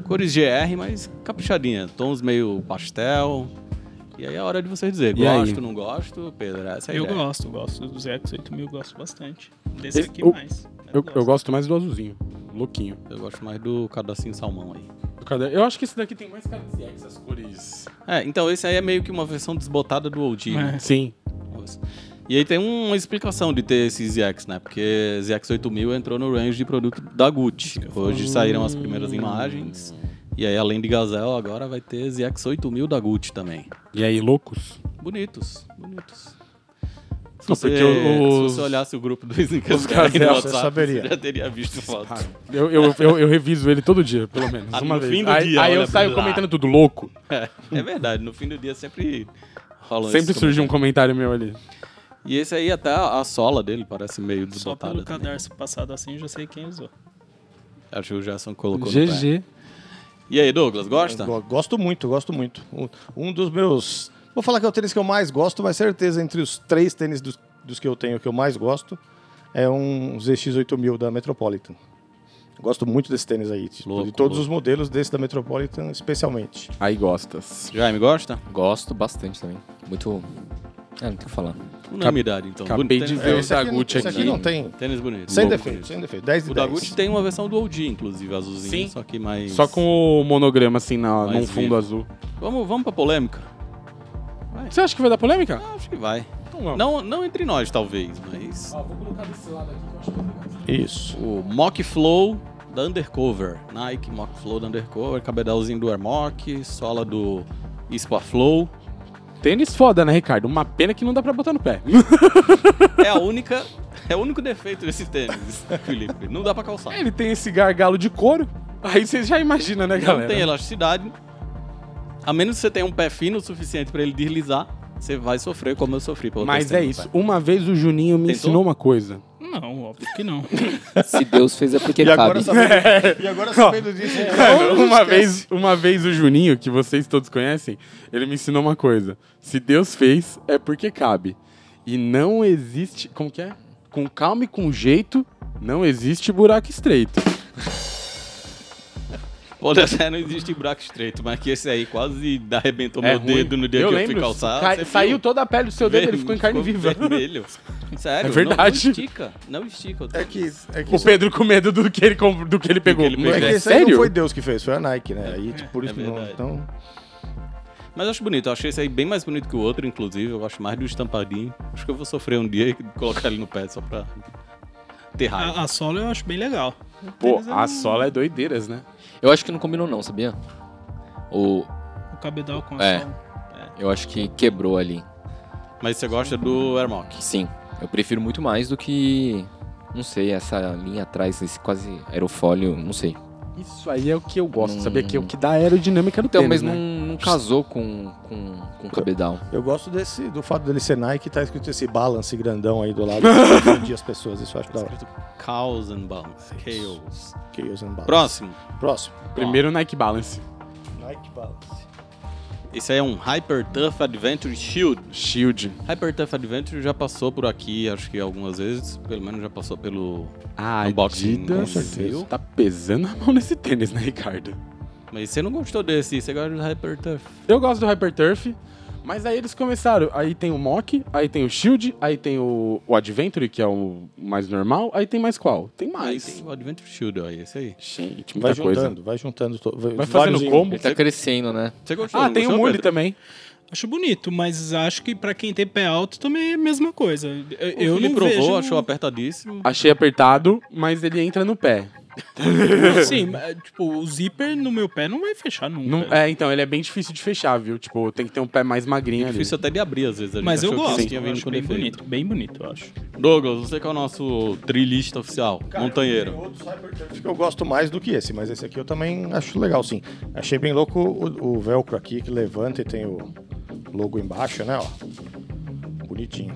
Cores GR, mas caprichadinha. Tons meio pastel. E aí é a hora de você dizer: E gosto, aí? não gosto, Pedro. Essa é a Eu ideia. gosto, gosto dos X8000, gosto bastante. Desse Esse- aqui eu- mais. mas Eu, eu gosto mais do azulzinho. Louquinho. Eu gosto mais do cadacinho salmão aí. Cadê? Eu acho que esse daqui tem mais cara de CX, essas cores. É, então esse aí é meio que uma versão desbotada do OG. né? É. Sim. E aí tem uma explicação de ter esse ZX, né? Porque ZX8000 entrou no range de produto da Gucci. Hoje saíram as primeiras imagens. E aí, além de Gazelle, agora vai ter ZX8000 da Gucci também. E aí, loucos? Bonitos, bonitos. Se Não, você, porque os- se você olhasse o grupo do Snickers os Gang no Gazelle, WhatsApp, você saberia. já teria visto foto. Eu, eu, eu, eu reviso ele todo dia, pelo menos. Ah, uma no vez. fim do aí dia, aí eu olha, ah. saio Pedro. comentando tudo louco. É, é verdade, no fim do dia sempre rola Sempre esse surge um comentário meu ali. comentário. E esse aí, até a sola dele parece meio Só pelo desbotada. também. cadarço passado assim, eu já sei quem usou. Acho que o Gerson colocou no pé. GG. E aí, Douglas, gosta? Eu go- Gosto muito, gosto muito. Um- Um dos meus. Vou falar que é o tênis que eu mais gosto, mas certeza entre os três tênis dos, dos que eu tenho que eu mais gosto é um ZX8000 da Metropolitan. Gosto muito desse tênis aí, tipo, Louco, de todos louco. os modelos desse da Metropolitan, especialmente. Aí gostas. Jaime, gosta? Gosto bastante também. Muito. Ah, não tem o que falar. Unanimidade, então. acabei Bonito, de tênis- ver. Veio esse o da aqui não- Gucci esse aqui aqui. não tem. Tênis bonito. Sem Louco, defeito, bonito. sem defeito. 10 de O 10. da Gucci tem uma versão do OG, inclusive, azulzinho, Sim. só que mais... Só com o monograma, assim, na, Mais num fundo vivo. azul. Vamos, vamos pra polêmica? Você acha que vai dar polêmica? Acho que vai. Então vamos. Não, não entre nós, talvez, mas... Ó, vou colocar desse lado aqui que eu acho que é legal. Isso. O Mock Flow da Undercover. Nike Mock Flow da Undercover, cabedalzinho do Air Mock, sola do Ispa Flow. Tênis foda, né, Ricardo? Uma pena que não dá pra botar no pé. É a única É o único defeito desse tênis, Felipe. Não dá pra calçar. Ele tem esse gargalo de couro. Aí vocês já imaginam, né, galera? Não tem elasticidade. A menos que você tenha um pé fino o suficiente pra ele deslizar, você vai sofrer como eu sofri pra outros Mas é tênis, isso. pai. Uma vez o Juninho me Tentou? ensinou uma coisa. Não, óbvio que não. Se Deus fez é porque E ele cabe. agora, sabendo, e agora sabendo disso, uma, vez, uma vez o Juninho, que vocês todos conhecem, ele me ensinou uma coisa. Se Deus fez, é porque cabe. E não existe. Como que é? Com calma e com jeito, não existe buraco estreito. Pode até não existir buraco estreito, mas que esse aí quase arrebentou É meu ruim. dedo no dia eu que eu lembro, fui calçar. cai- Você viu? saiu toda a pele do seu dedo, ele Vermelho, ficou em carne viva. Vermelho. Sério, É verdade. Não, não estica, não estica. o É tênis. que, é que O Pedro com medo do que ele, com- do que ele pegou. ele Mas pegou. É que é esse aí não sério? foi Deus que fez, foi a Nike, né? Aí, tipo, por é isso que não. verdade. Então, Mas eu acho bonito, eu achei esse aí bem mais bonito que o outro, inclusive. Eu gosto mais do estampadinho. Acho que eu vou sofrer um dia e colocar ele no pé só pra ter raiva. Ah, A, a solo eu acho bem legal. Pô, né? a sola é doideiras, né? Eu acho que não combinou não, sabia? O... O cabedal com a É. sola. Eu acho que quebrou ali. ah. Mas você gosta do Air Max? Sim, eu prefiro muito mais do que... Não sei, essa linha atrás, esse quase aerofólio, não sei. Isso aí é o que eu gosto, Hum. sabia? Que é o que dá a aerodinâmica do Então, tênis, mas né? não, não casou com, com, com o cabedal. eu gosto desse, do fato dele ser Nike e tá escrito esse balance grandão aí do lado pra confundir as pessoas. Isso eu acho da hora. Cows and Bounce. Chaos. Chaos and balance. Próximo. Próximo. Primeiro Nike Balance. Nike Balance. Esse aí é um Hyper Tough Adventure Shield. Shield. Hyper Tough Adventure já passou por aqui, acho que algumas vezes. Pelo menos já passou pelo. A Unboxing, Ah, Adidas com certeza. tá pesando a mão nesse tênis, né, Ricardo? Mas você não gostou desse, você gosta do Hyper Tough. Eu gosto do Hyperturf, mas aí eles começaram. Aí tem o Mock, aí tem o Shield, aí tem o, o Adventure, que é o mais normal, aí tem mais qual? Tem mais. Aí tem o Adventure Shield, ó, esse aí. Gente, Vai muita juntando, coisa. vai juntando. to- Vai vários fazendo em- um. combo. Ele tá crescendo, né? Você gostou? Ah, não tem o gostou, Mule Pedro? também. Acho bonito, mas acho que pra quem tem pé alto também é a mesma coisa. Eu, O eu Felipe não provou, vejo... achou apertadíssimo. Achei apertado, mas ele entra no pé. Sim, mas, tipo, o zíper no meu pé não vai fechar nunca. Não- é, então, ele é bem difícil de fechar, viu? Tipo, tem que ter um pé mais magrinho ali. Difícil até de abrir, às vezes. A gente Mas eu achou que gosto, isso tinha eu vindo acho com bem defeito. bonito, bem bonito, eu acho. Douglas, você que é o nosso trilhista oficial, montanheiro. Acho que é eu gosto mais do que esse, mas esse aqui eu também acho legal, sim. Achei bem louco o, o velcro aqui que levanta e tem o logo embaixo, né? Ó. Bonitinho.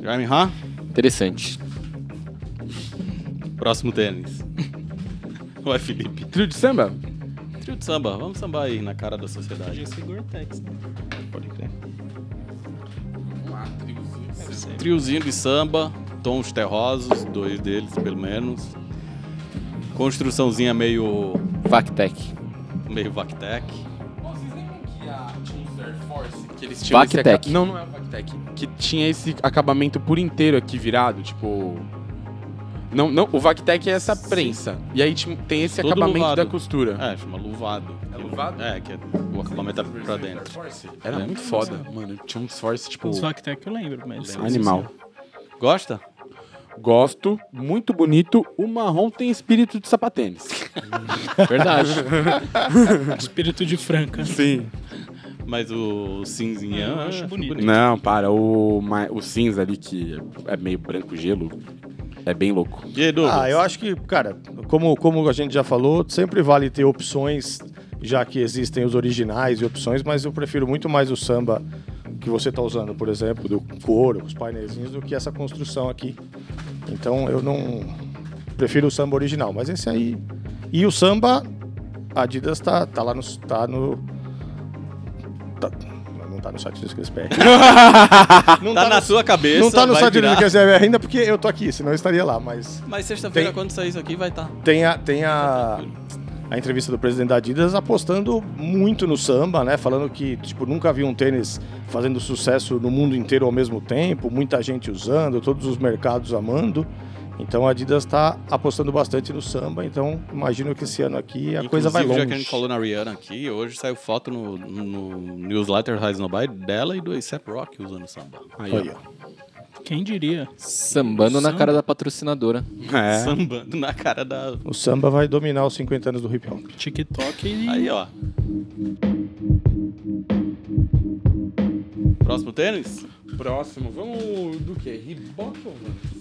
Jaime Ha, Interessante. próximo tênis. Vai, Felipe. é Trio de samba? Trio de samba, vamos sambar aí na cara da sociedade. Podia ser Gore-Tex, né? Pode crer. Deve ser. Triozinho de samba, tons terrosos, dois deles pelo menos. Construçãozinha meio, Factec. meio Vactec. Vocês lembram que a Team Force, que eles tinham esse Vactec. aca- Não, não é o Vactec. Que tinha esse acabamento por inteiro aqui virado, tipo... Não, não, o Vactec é essa prensa. E aí ti- tem esse Todo acabamento luvado. da costura. É, chama luvado. É luvado? É, que é o acabamento é pra dentro. Era muito foda, mano. Tinha É. uns Force, tipo, Os Vactec eu lembro, mas... animal. Gosta? Gosto, muito bonito. O marrom tem espírito de sapatênis. Verdade. Espírito de Franca. Sim. Mas o cinzinha Eu eu acho bonito. Não, para. O, ma- o cinza ali, que é meio branco gelo, é bem louco. E aí, Douglas? Ah, eu acho que, cara, como, como a gente já falou, sempre vale ter opções, já que existem os originais e opções, mas eu prefiro muito mais o samba que você tá usando, por exemplo, do couro, os painéis, do que essa construção aqui. Então eu não. Prefiro o samba original, mas esse aí. E o samba, a Adidas tá, tá lá no. Tá no tá- não tá no site do Skillsberg. não Tá tá na no- sua cabeça. não tá no vai site do virar. Skillsberg ainda porque eu tô aqui, senão eu estaria lá, mas. Mas sexta-feira, Tem- quando sair isso aqui, vai estar. Tá. Tem a, tem a, a entrevista do presidente da Adidas apostando muito no samba, né? Falando que, tipo, nunca vi um tênis fazendo sucesso no mundo inteiro ao mesmo tempo, muita gente usando, todos os mercados amando. Então a Adidas está apostando bastante no samba, então imagino que esse ano aqui a coisa vai longe. já que a gente falou na Rihanna aqui, hoje saiu foto no, no newsletter Rise Nobody dela e do A$AP Rock usando samba. Aí, ó. Aí, ó. Quem diria? Sambando na cara da patrocinadora. É. Sambando na cara da... O samba vai dominar os 50 anos do hip hop. TikTok e... Aí, ó. Próximo tênis? Próximo, vamos do que? Reebok ou Vans?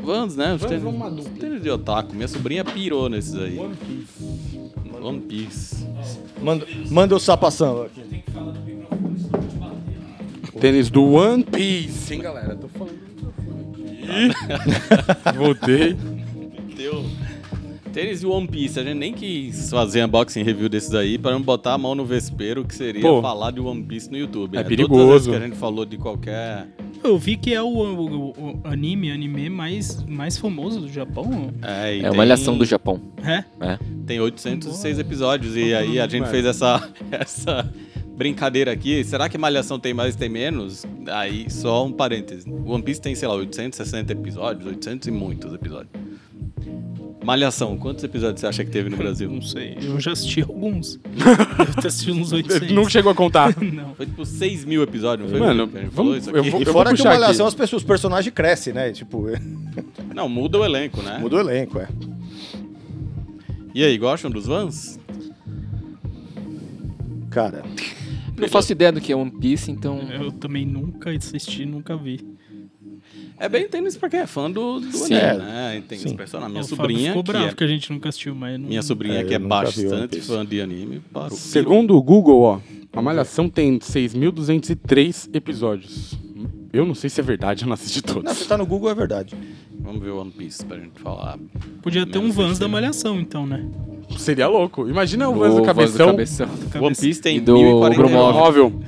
Vans, né? Os Vans tênis, é uma dupla. os tênis de otaku. Minha sobrinha pirou nesses aí. One Piece. One Piece. Manda, manda o sapação aqui. Tênis do One Piece, hein, galera? Tô falando. aqui. Voltei. Deu. Tênis de One Piece. A gente nem quis fazer unboxing review desses aí para não botar a mão no vespeiro, que seria Pô. falar de One Piece no YouTube. né? É Todas as vezes perigoso. que a gente falou de qualquer... Eu vi que é o, o- o anime, anime mais, mais famoso do Japão. É, e É uma tem- alhação do Japão. É? né? Tem 806 episódios e aí a gente fez essa, essa brincadeira aqui. Será que Malhação tem mais tem menos? Aí só um parêntese. One Piece tem, sei lá, 860 episódios, 800 e muitos episódios. Malhação, quantos episódios você acha que teve no Brasil? Não sei. Eu já assisti alguns. Devo ter assistido uns 800. Não chegou a contar. Não. Foi tipo 6 mil episódios, não foi? Mano, que a gente vamos- falou isso aqui? eu vou- E fora que o puxar aqui. Malhação, as pessoas, os personagens crescem, né? Tipo, Não, muda o elenco, né? muda o elenco, é. E aí, gostam dos Vans? Cara, Não faço ideia do que é One Piece, então. Eu também nunca assisti, nunca vi. É bem tênis pra quem é fã do, do Sim. anime, né? Tem os Sim. personagens. Minha O Fábio sobrinha, ficou que bravo é, que a gente nunca assistiu, mas não... minha sobrinha É, que é eu nunca vi One bastante Piece. fã de anime, parou. Segundo o Google, ó, a Malhação tem 6.203 episódios. Eu não sei se é verdade, eu não assisti não, todos. você tá no Google, é verdade. Vamos ver o One Piece pra gente falar. Podia ter um Menos Vans da assistido. Malhação, então, né? Seria louco. Imagina o Vans Vans do do Cabeção. Cabeção. One Cabeça- Piece tem E do 1049. Gromov. Móvel.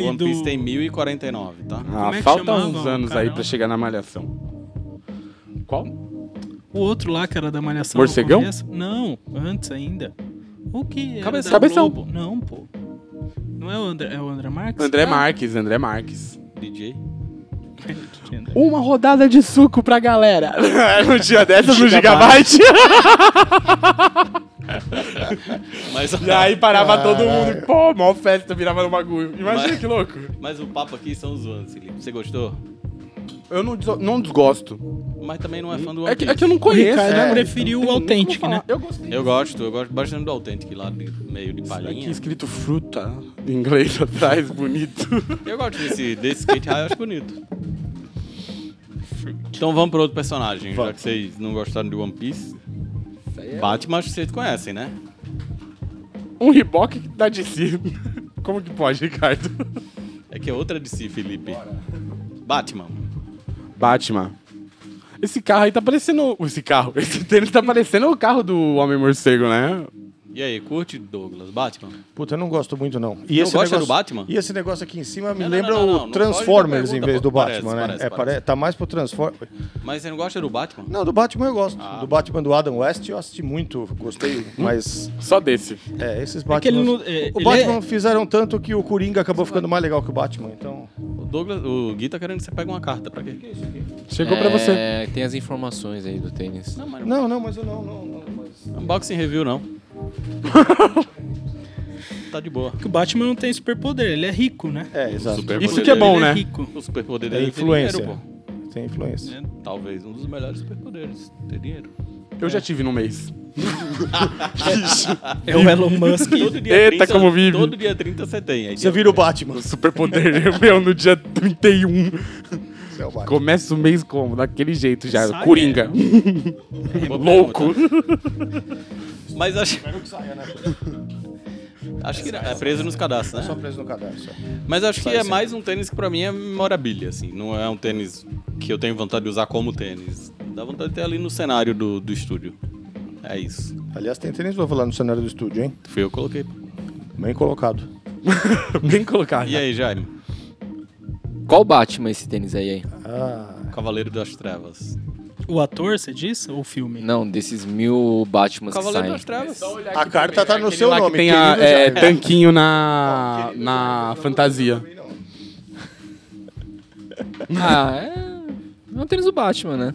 One E do- Piece tem 1049, tá? Ah, é que falta chamava uns o anos aí canal? pra chegar na Malhação. Qual? O outro lá, que era da Malhação. Morcegão? no começo- Não, antes ainda. O que era Cabeça- da Cabeção. Globo? Não, pô. Não é o André, é o André Marques? André Ah, Marques, André Marques. DJ. Entendo. Uma rodada de suco pra galera. Não tinha dessas no Gigabyte. Gigabyte. Mas, E aí parava todo mundo. Pô, mó festa, virava no bagulho. Imagina Mas- que louco. mas o papo aqui são os Vans, Felipe. Você gostou? Eu não, deso- não desgosto. Mas também não é fã do One É que, Piece. é que eu não conheço. Ricardo né? preferiu Não o tem nem como autêntico, né? falar. Eu gostei. Eu gosto, eu gosto bastante do Authentic lá, de, meio de Aqui palhinha. escrito fruta em inglês atrás, bonito. Eu gosto desse, desse skate high, eu acho bonito. Então vamos para outro personagem, já Vamos. que vocês não gostaram de One Piece. Batman, acho que vocês conhecem, né? Um reboque da DC. Como que pode, Ricardo? É que é outra de si, Felipe. Batman. Batman. Esse carro aí tá parecendo. Esse carro. Esse tênis tá parecendo o carro do Homem Morcego, né? E aí, curte Douglas? Batman? Puta, eu não gosto muito, não. E Não gosta do Batman? E esse negócio aqui em cima me Não, não, lembra não, não, o não Transformers foge da em vez do pergunta, pô. Batman, né? Parece, é, parece, pare- Tá mais pro Transformers. Mas você não gosta do Batman? Não, do Batman eu gosto. Ah. Hum? Do Batman do Adam West eu assisti muito, gostei. mas, Só desse. é, esses É que ele Batman... não- é, o ele Batman fizeram tanto que o Coringa acabou ficando mais legal que o Batman, então... O Douglas, o Gui tá querendo que você pegue uma carta, pra quê? Chegou pra você. É, tem as informações aí do tênis. Não, mas Não, não, mas eu não... não, não mas... unboxing review não. tá de boa. Que o Batman não tem superpoder, ele é rico, né? É, exato. Super- Isso que é bom, ele é né? rico. O superpoder É dele é influência. ter dinheiro, Tem influência. né? pô. Talvez um dos melhores superpoderes, ter dinheiro. Eu já tive num mês. É o Elon Musk. Todo dia Eita, como vive. Todo dia 30 você tem. Aí Você é tem- vira o Batman. Superpoder meu no dia 31. Você é o Batman. Começa o mês como? Daquele jeito já. Sabe, Coringa. Boa Louco. pergunta. Mas acho, Espero que saia, né? acho que é preso nos cadastros, Só né? preso no cadastro. só. Mas acho que é mais um tênis que pra mim é memorabilia, assim. Não é um tênis que eu tenho vontade de usar como tênis. Dá vontade de ter ali no cenário do, do estúdio. É isso. Aliás, tem tênis novo lá no cenário do estúdio, hein? Fui eu que coloquei. Bem colocado. Bem colocado. E aí, Jaime? Qual Batman esse tênis aí, hein? Ah, Cavaleiro das Trevas. O ator, você disse? Ou o filme? Não, desses mil Batmans que Cavaleiro saem. das Trevas. a carta tá no seu lá nome, que tem a, querido é, Jaime. tanquinho na, na fantasia. Ah, é. É um tênis do Batman, né?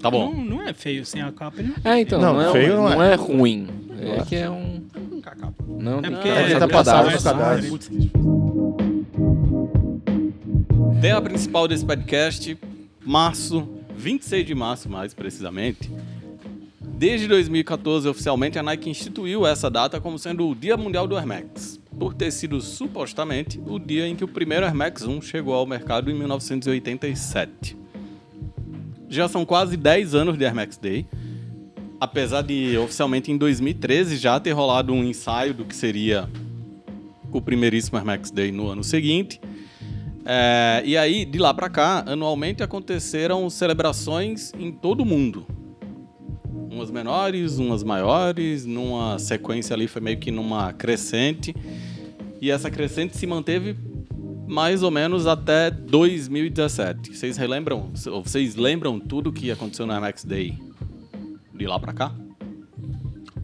Tá Não, bom. não é feio sem a capa. né? Ele... É, então. Não, Não, é, feio um- não é. não é. ruim. É que é um. Não, tem que porque é passar tá do passado cadastro. no cadastro. Tema principal desse podcast, março, 26 de março mais precisamente. Desde 2014, oficialmente, a Nike instituiu essa data como sendo o Dia Mundial do Air Max, por ter sido supostamente o um dia em que o primeiro Air Max 1 chegou ao mercado em 1987. Já são quase 10 anos de Air Max Day. Apesar de oficialmente em 2013 já ter rolado um ensaio do que seria o primeiríssimo Air Max Day no ano seguinte. É, e aí, de lá pra cá, anualmente aconteceram celebrações em todo o mundo. Umas menores, umas maiores, numa sequência ali foi meio que numa crescente. E essa crescente se manteve mais ou menos até 2017. Vocês relembram? ou Vocês lembram tudo que aconteceu na MX Day de lá pra cá?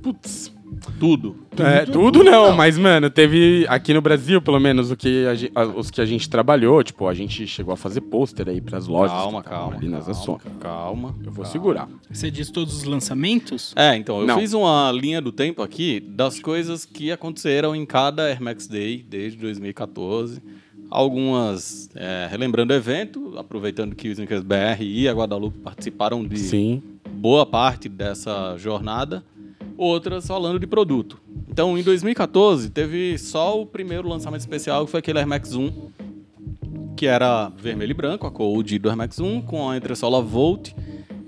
Putz. Tudo. É, tudo não, mas, mano, teve aqui no Brasil, pelo menos, o que a gen- a- os que a gente trabalhou. Tipo, a gente chegou a fazer pôster aí pras lojas. calma, que estavam calma. Ali nas calma, ações. Calma. é Eu vou calma. segurar. Você diz todos os lançamentos? É, então, eu Não. fiz uma linha do tempo aqui das coisas que aconteceram em cada Air Max Day desde 2014. Algumas, é, relembrando o evento, aproveitando que o Snickers BR e a Guadalupe participaram de Sim. boa parte dessa jornada, outras falando de produto. Então, em 2014, teve só o primeiro lançamento especial, que foi aquele Air Max 1, que era vermelho e branco, a cor OG do Air Max 1, com a entressola Volt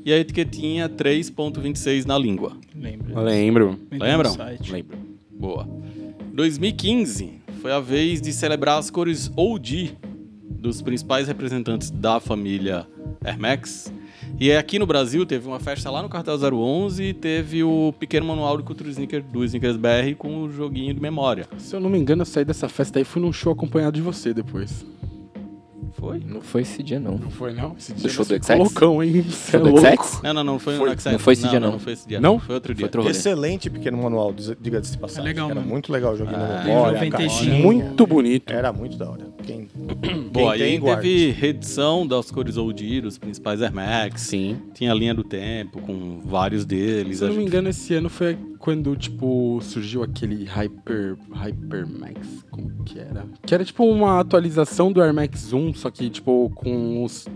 e a etiquetinha 3.26 na língua. Lembra. Lembro. Entra no Lembram? site. Lembro. Boa. 2015 foi a vez de celebrar as cores OG dos principais representantes da família Air Max. E é aqui no Brasil teve uma festa lá no Cartel 011 e teve o pequeno manual de cultura sneaker do Sneakers BR com o joguinho de memória. Se eu não me engano, eu saí dessa festa aí e fui num show acompanhado de você depois. Foi? Não foi esse dia, não. Não foi, não? Esse Do show do tá XX? Loucão, hein? Você é Foi do louco. XX? Não, não, não foi, Foi. no Xerox. Não foi esse dia, não. não. foi esse dia. Não? Foi outro Foi dia. outro rolê. Excelente pequeno manual, diz- diga-se de passagem. É legal Era mesmo. muito legal o joguinho da Ah, memória. tem um a caixinha. vinteginho. Muito bonito. Era muito da hora. Quem, quem Boa, e tem, aí guarde. teve reedição das cores OG dos principais Air Max. Sim. Tinha a linha do tempo com vários deles. Se eu A não me gente engano, esse ano foi quando, tipo, surgiu aquele Hyper, Hyper Max, como que era? Que era, tipo, uma atualização do Air Max 1, só que, tipo, com os,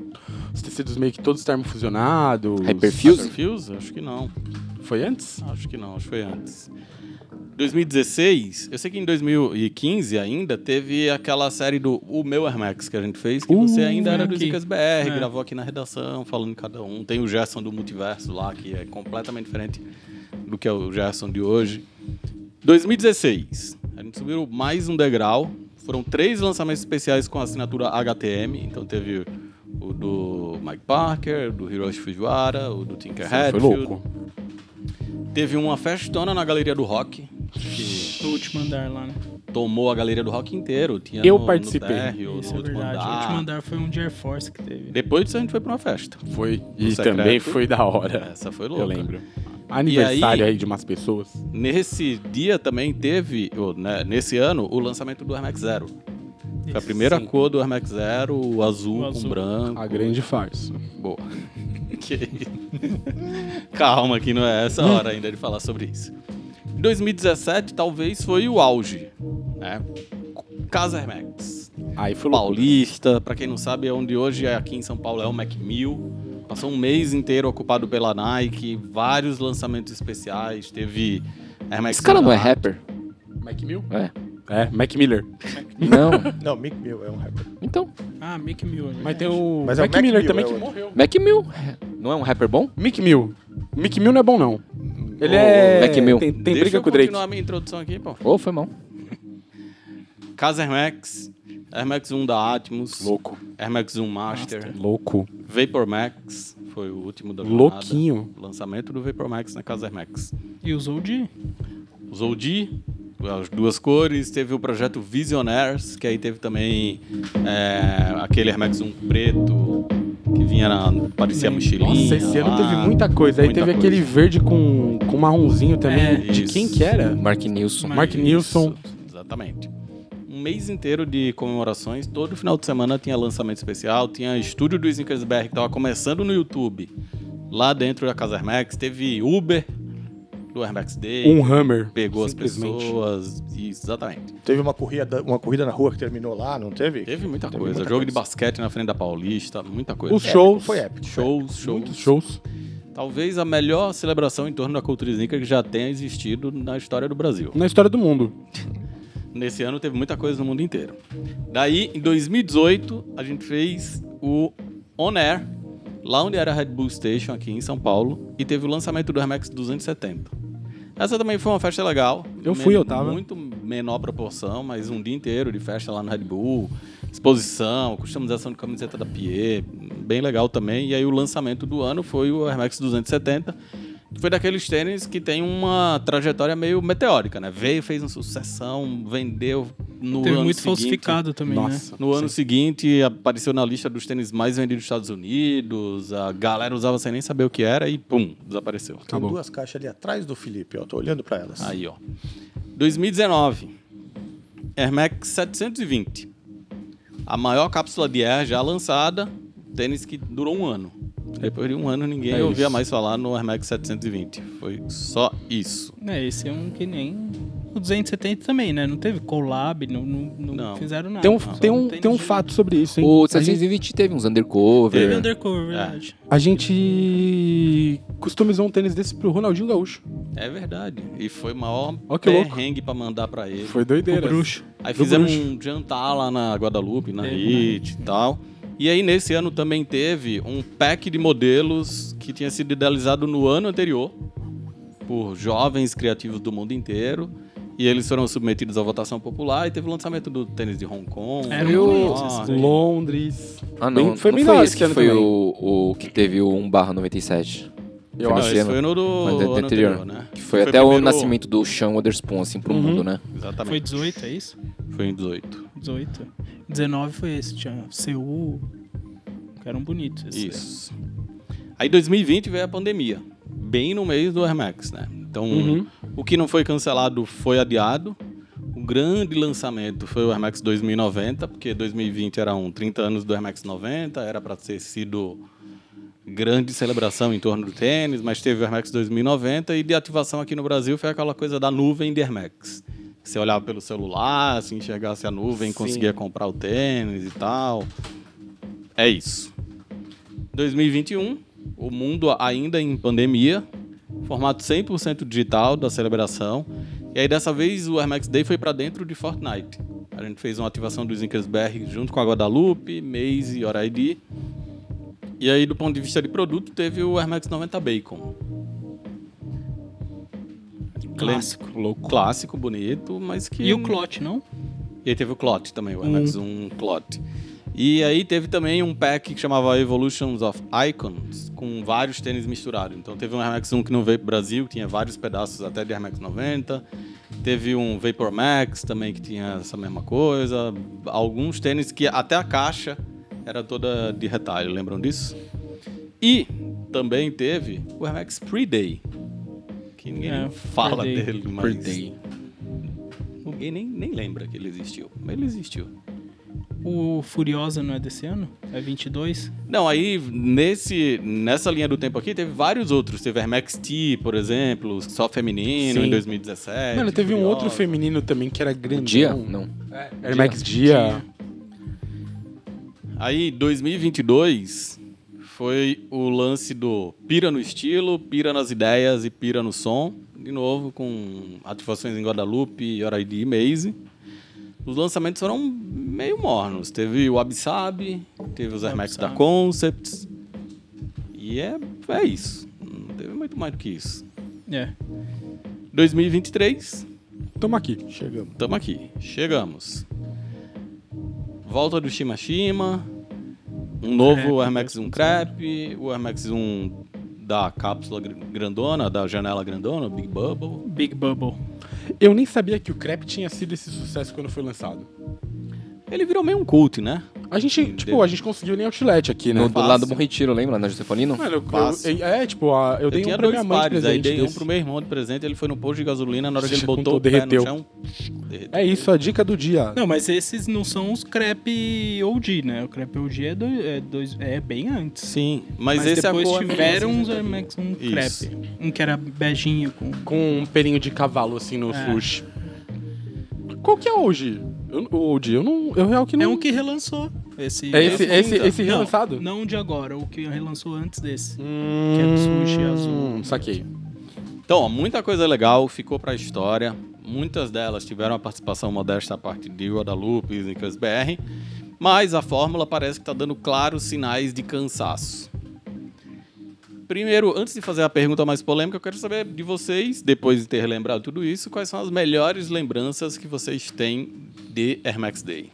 os tecidos meio que todos termofusionados. Hyperfuse? Fuse? Acho que não. Foi antes? Acho que não, acho que foi antes. 2016, eu sei que em 2015 ainda teve aquela série do O Meu Air Max que a gente fez, que Uh, você ainda era do aqui. Zicas BR, É. gravou aqui na redação, falando de cada um. Tem o Gerson do Multiverso lá, que é completamente diferente do que é o Gerson de hoje. 2016, a gente subiu mais um degrau. Foram três lançamentos especiais com assinatura HTM, então teve o do Mike Parker, do Hiroshi Fujiwara, o do Tinker Sim, foi Hatfield. louco. Teve uma festona na Galeria do Rock, que No último andar lá, né? tomou a Galeria do Rock inteiro. Tinha Eu no, participei. No térreo, no Isso é último verdade. andar. O último andar foi um de Air Force que teve. Depois disso a gente foi pra uma festa. Foi. E é secreto. também foi da hora. Essa foi louca. Eu lembro. Aniversário aí... de umas pessoas. Nesse dia também teve, ou, né, nesse ano, o lançamento do Air Max Zero. Foi a primeira cor do Air Max Zero, o azul O com azul. branco. A grande farsa. Boa. Que- Calma, que não é essa hora ainda de falar sobre isso. 2017 talvez foi o auge, né? Casa Air Max. Aí foi louco. Paulista, pra quem não sabe, é onde hoje é aqui em São Paulo é o Mac Mill. Passou um mês inteiro ocupado pela Nike, vários lançamentos especiais, teve Air Max Esse cara não é Solar. rapper? Mac Mill? É. É, Mac Miller. Não. Não, Mick Mill é um rapper. Então, Ah, Mick Miller. Mas tem o Mas é o Mac, Mac Miller Mill, também é que outro. morreu. Mac Mill não é um rapper bom? Mick Mill. Mick Mill não é bom, não. Ele Ô, é... Mac Mill. Tem, tem Deixa briga eu com o Drake. continuar minha introdução aqui, pô. Ou foi mal. Casa Air Max, Air Max 1 da Atmos, Louco. Air Max 1 Master, Louco. Vapor Max, foi o último da jornada. Louquinho. Lançamento do Vapor Max na Casa Air Max. E usou de. Os OG, as duas cores, teve o projeto Visionaires, que aí teve também é, aquele Air Max 1 preto, que vinha na, parecia mochilinha. Nossa, esse ano lá. teve muita coisa. Aí Ah, muita teve coisa. aquele verde com, com marronzinho também. É, de quem isso. que era? Mark Nilsson. Mas- Mark Isso. Nilsson. Isso, Exatamente. Um mês inteiro de comemorações, todo final de semana tinha lançamento especial, tinha estúdio do Snickers BR que tava começando no YouTube, lá dentro da Casa Air Max, teve Uber do Air Max Day, Um Hammer. pegou as simplesmente. pessoas, isso, exatamente. Teve uma corrida, uma corrida na rua que terminou lá, não teve? Teve muita Teve coisa. muita Jogo coisa. de basquete na frente da Paulista, muita coisa. Os shows. Foi épico. Shows, shows. Muitos shows. Talvez a melhor celebração em torno da cultura sneaker que já tenha existido na história do Brasil. Na história do mundo. Nesse ano teve muita coisa no mundo inteiro. Daí, em 2018, a gente fez o On Air, lá onde era a Red Bull Station, aqui em São Paulo, e teve o lançamento do Remax 270. Essa também foi uma festa legal. Eu fui, eu tava. Muito menor proporção, mas um dia inteiro de festa lá no Red Bull, exposição, customização de camiseta da Pier, bem legal também. E aí o lançamento do ano foi o Air Max 270, que foi daqueles tênis que tem uma trajetória meio meteórica, né? Veio, fez uma sucessão, vendeu no Teve ano muito seguinte. falsificado também, né? No ano seguinte, apareceu na lista dos tênis mais vendidos dos Estados Unidos. A galera usava sem nem saber o que era e pum, desapareceu. Tem duas caixas ali atrás do Felipe, ó. Tô olhando pra elas. Aí, ó. 2019. Air Max 720. A maior cápsula de Air já lançada. Tênis que durou um ano. Depois de um ano, ninguém É ouvia isso. mais falar no Air Max 720. Foi só isso. É, esse é um que nem o 270 também, né? Não teve collab, não, não, não Ah, Não. fizeram nada. Tem um, Só tem um, tênis tem um de- fato sobre isso, hein? O a, gente, 720 teve uns undercover. É. Teve undercover, verdade. a gente customizou um tênis desse pro Ronaldinho Gaúcho. É verdade. E foi o maior Ó, que louco. perrengue pra mandar pra ele. Foi doideira. O bruxo. Aí Do fizemos bruxo. um jantar lá na Guadalupe, na Teve, HIT e tal. E aí, nesse ano também teve um pack de modelos que tinha sido idealizado no ano anterior por jovens criativos do mundo inteiro. E eles foram submetidos à votação popular e teve o lançamento do tênis de Hong Kong. Era Nova um York. convite, Londres. Ah, não. Bem- foi não bem foi da hora esse esse que ano foi também. o, o que teve o 1 barra 97. Não, Eu Foi acho. nesse esse ano. foi no do Foi ano anterior, anterior, né? Que foi, Foi até o primeiro- nascimento do Sean Witherspoon, assim, pro Uhum. mundo, né? Exatamente. Foi 18, é isso? Foi em 18. 18. 19 foi esse, tinha Seul. que um Eram bonitos esses. aí. Isso. Aí 2020 veio a pandemia. Bem no mês do Air Max, né? Então, Uhum. O que não foi cancelado foi adiado. O grande lançamento foi o Air Max 2090, porque 2020 era um 30 anos do Air Max 90, era para ter sido grande celebração em torno do tênis, mas teve o Air Max 2090 e de ativação aqui no Brasil foi aquela coisa da nuvem de Air Max. Você olhava pelo celular, se enxergasse a nuvem, Sim. conseguia comprar o tênis e tal. É isso. 2021, o mundo ainda em pandemia, formato 100% digital da celebração. E aí dessa vez o Air Max Day foi para dentro de Fortnite. A gente fez uma ativação do Zinkersberg junto com a Guadalupe, Maze e Oraidi. E aí do ponto de vista de produto teve o Air Max 90 Bacon. Clássico. Louco. Clássico, bonito, mas que E o Clot, não? e aí teve o Clot também, o Hum. Air Max 1 Clot. E aí teve também um pack que chamava Evolutions of Icons, com vários tênis misturados. Então teve um Air Max 1 que não veio pro Brasil, que tinha vários pedaços até de Air Max 90. Teve um Vapor Max também que tinha essa mesma coisa. Alguns tênis que até a caixa era toda de retalho, lembram disso? E também teve o Air Max Pre-Day, que ninguém É, nem fala Pre-Day. dele, mas... Ninguém nem, nem lembra que ele existiu, mas ele existiu. O Furiosa não é desse ano? É 22? Não, aí nesse, nessa linha do tempo aqui teve vários outros. Teve Air Max T, por exemplo, só feminino Sim. em É, 2017. Mano, teve um Furiosa. outro feminino também que era grande. Dia? Não. Air Max Dia. Aí 2022 foi o lance do pira no estilo, pira nas ideias e pira no som. De novo com ativações em Guadalupe, Yoraidi e Maze. Os lançamentos foram meio mornos. Teve o Absab, teve os Air Max da Absab. Concepts. E é, é isso. Não teve muito mais do que isso. É. 2023, Toma aqui. Chegamos. estamos aqui. Chegamos. Volta do Shima Shima. Um novo É. Crepe, Air Max 1 Crepe. O Air Max 1 da cápsula gr- grandona, da janela grandona, o Big Bubble. Big Bubble. Eu nem sabia que o crepe tinha sido esse sucesso quando foi lançado. Ele virou meio um cult, né? A gente, tipo, a gente conseguiu nem outlet aqui, né? No, do fácil. lado do Bom Retiro, lembra? né, Na Josefonino? Mano, eu- eu- Fácil. é, tipo, a- eu Eu, dei um tinha pra minha dois mãe de pares, aí presente dei um desse. pro meu irmão de presente, ele foi no posto de gasolina, na hora que ele Juntou, botou o derreteu. pé no chão, derreteu. É isso, a dica do dia. Não, mas esses não são os crepe OG, né? O crepe OG é, do, é, dois, é bem antes. Sim, mas, Mas, esse é a depois cor- tiveram uns Air Max um Isso. crepe. Um que era beijinho com... Com um pelinho de cavalo, assim, no É. sushi. Qual que é hoje? Eu- O hoje, eu não... Eu real que não... É um que relançou. Esse, É esse, Esse esse, ainda. esse não, relançado? Não o de agora, o que relançou antes desse. Hum, Que é do sushi azul. Saquei. Então, ó, muita coisa legal ficou pra história. Muitas delas tiveram a participação modesta da parte de Guadalupe e Zincas BR, mas a fórmula parece que tá dando claros sinais de cansaço. Primeiro, antes de fazer a pergunta mais polêmica, eu quero saber de vocês, depois de ter lembrado tudo isso, quais são as melhores lembranças que vocês têm de Air Max Day?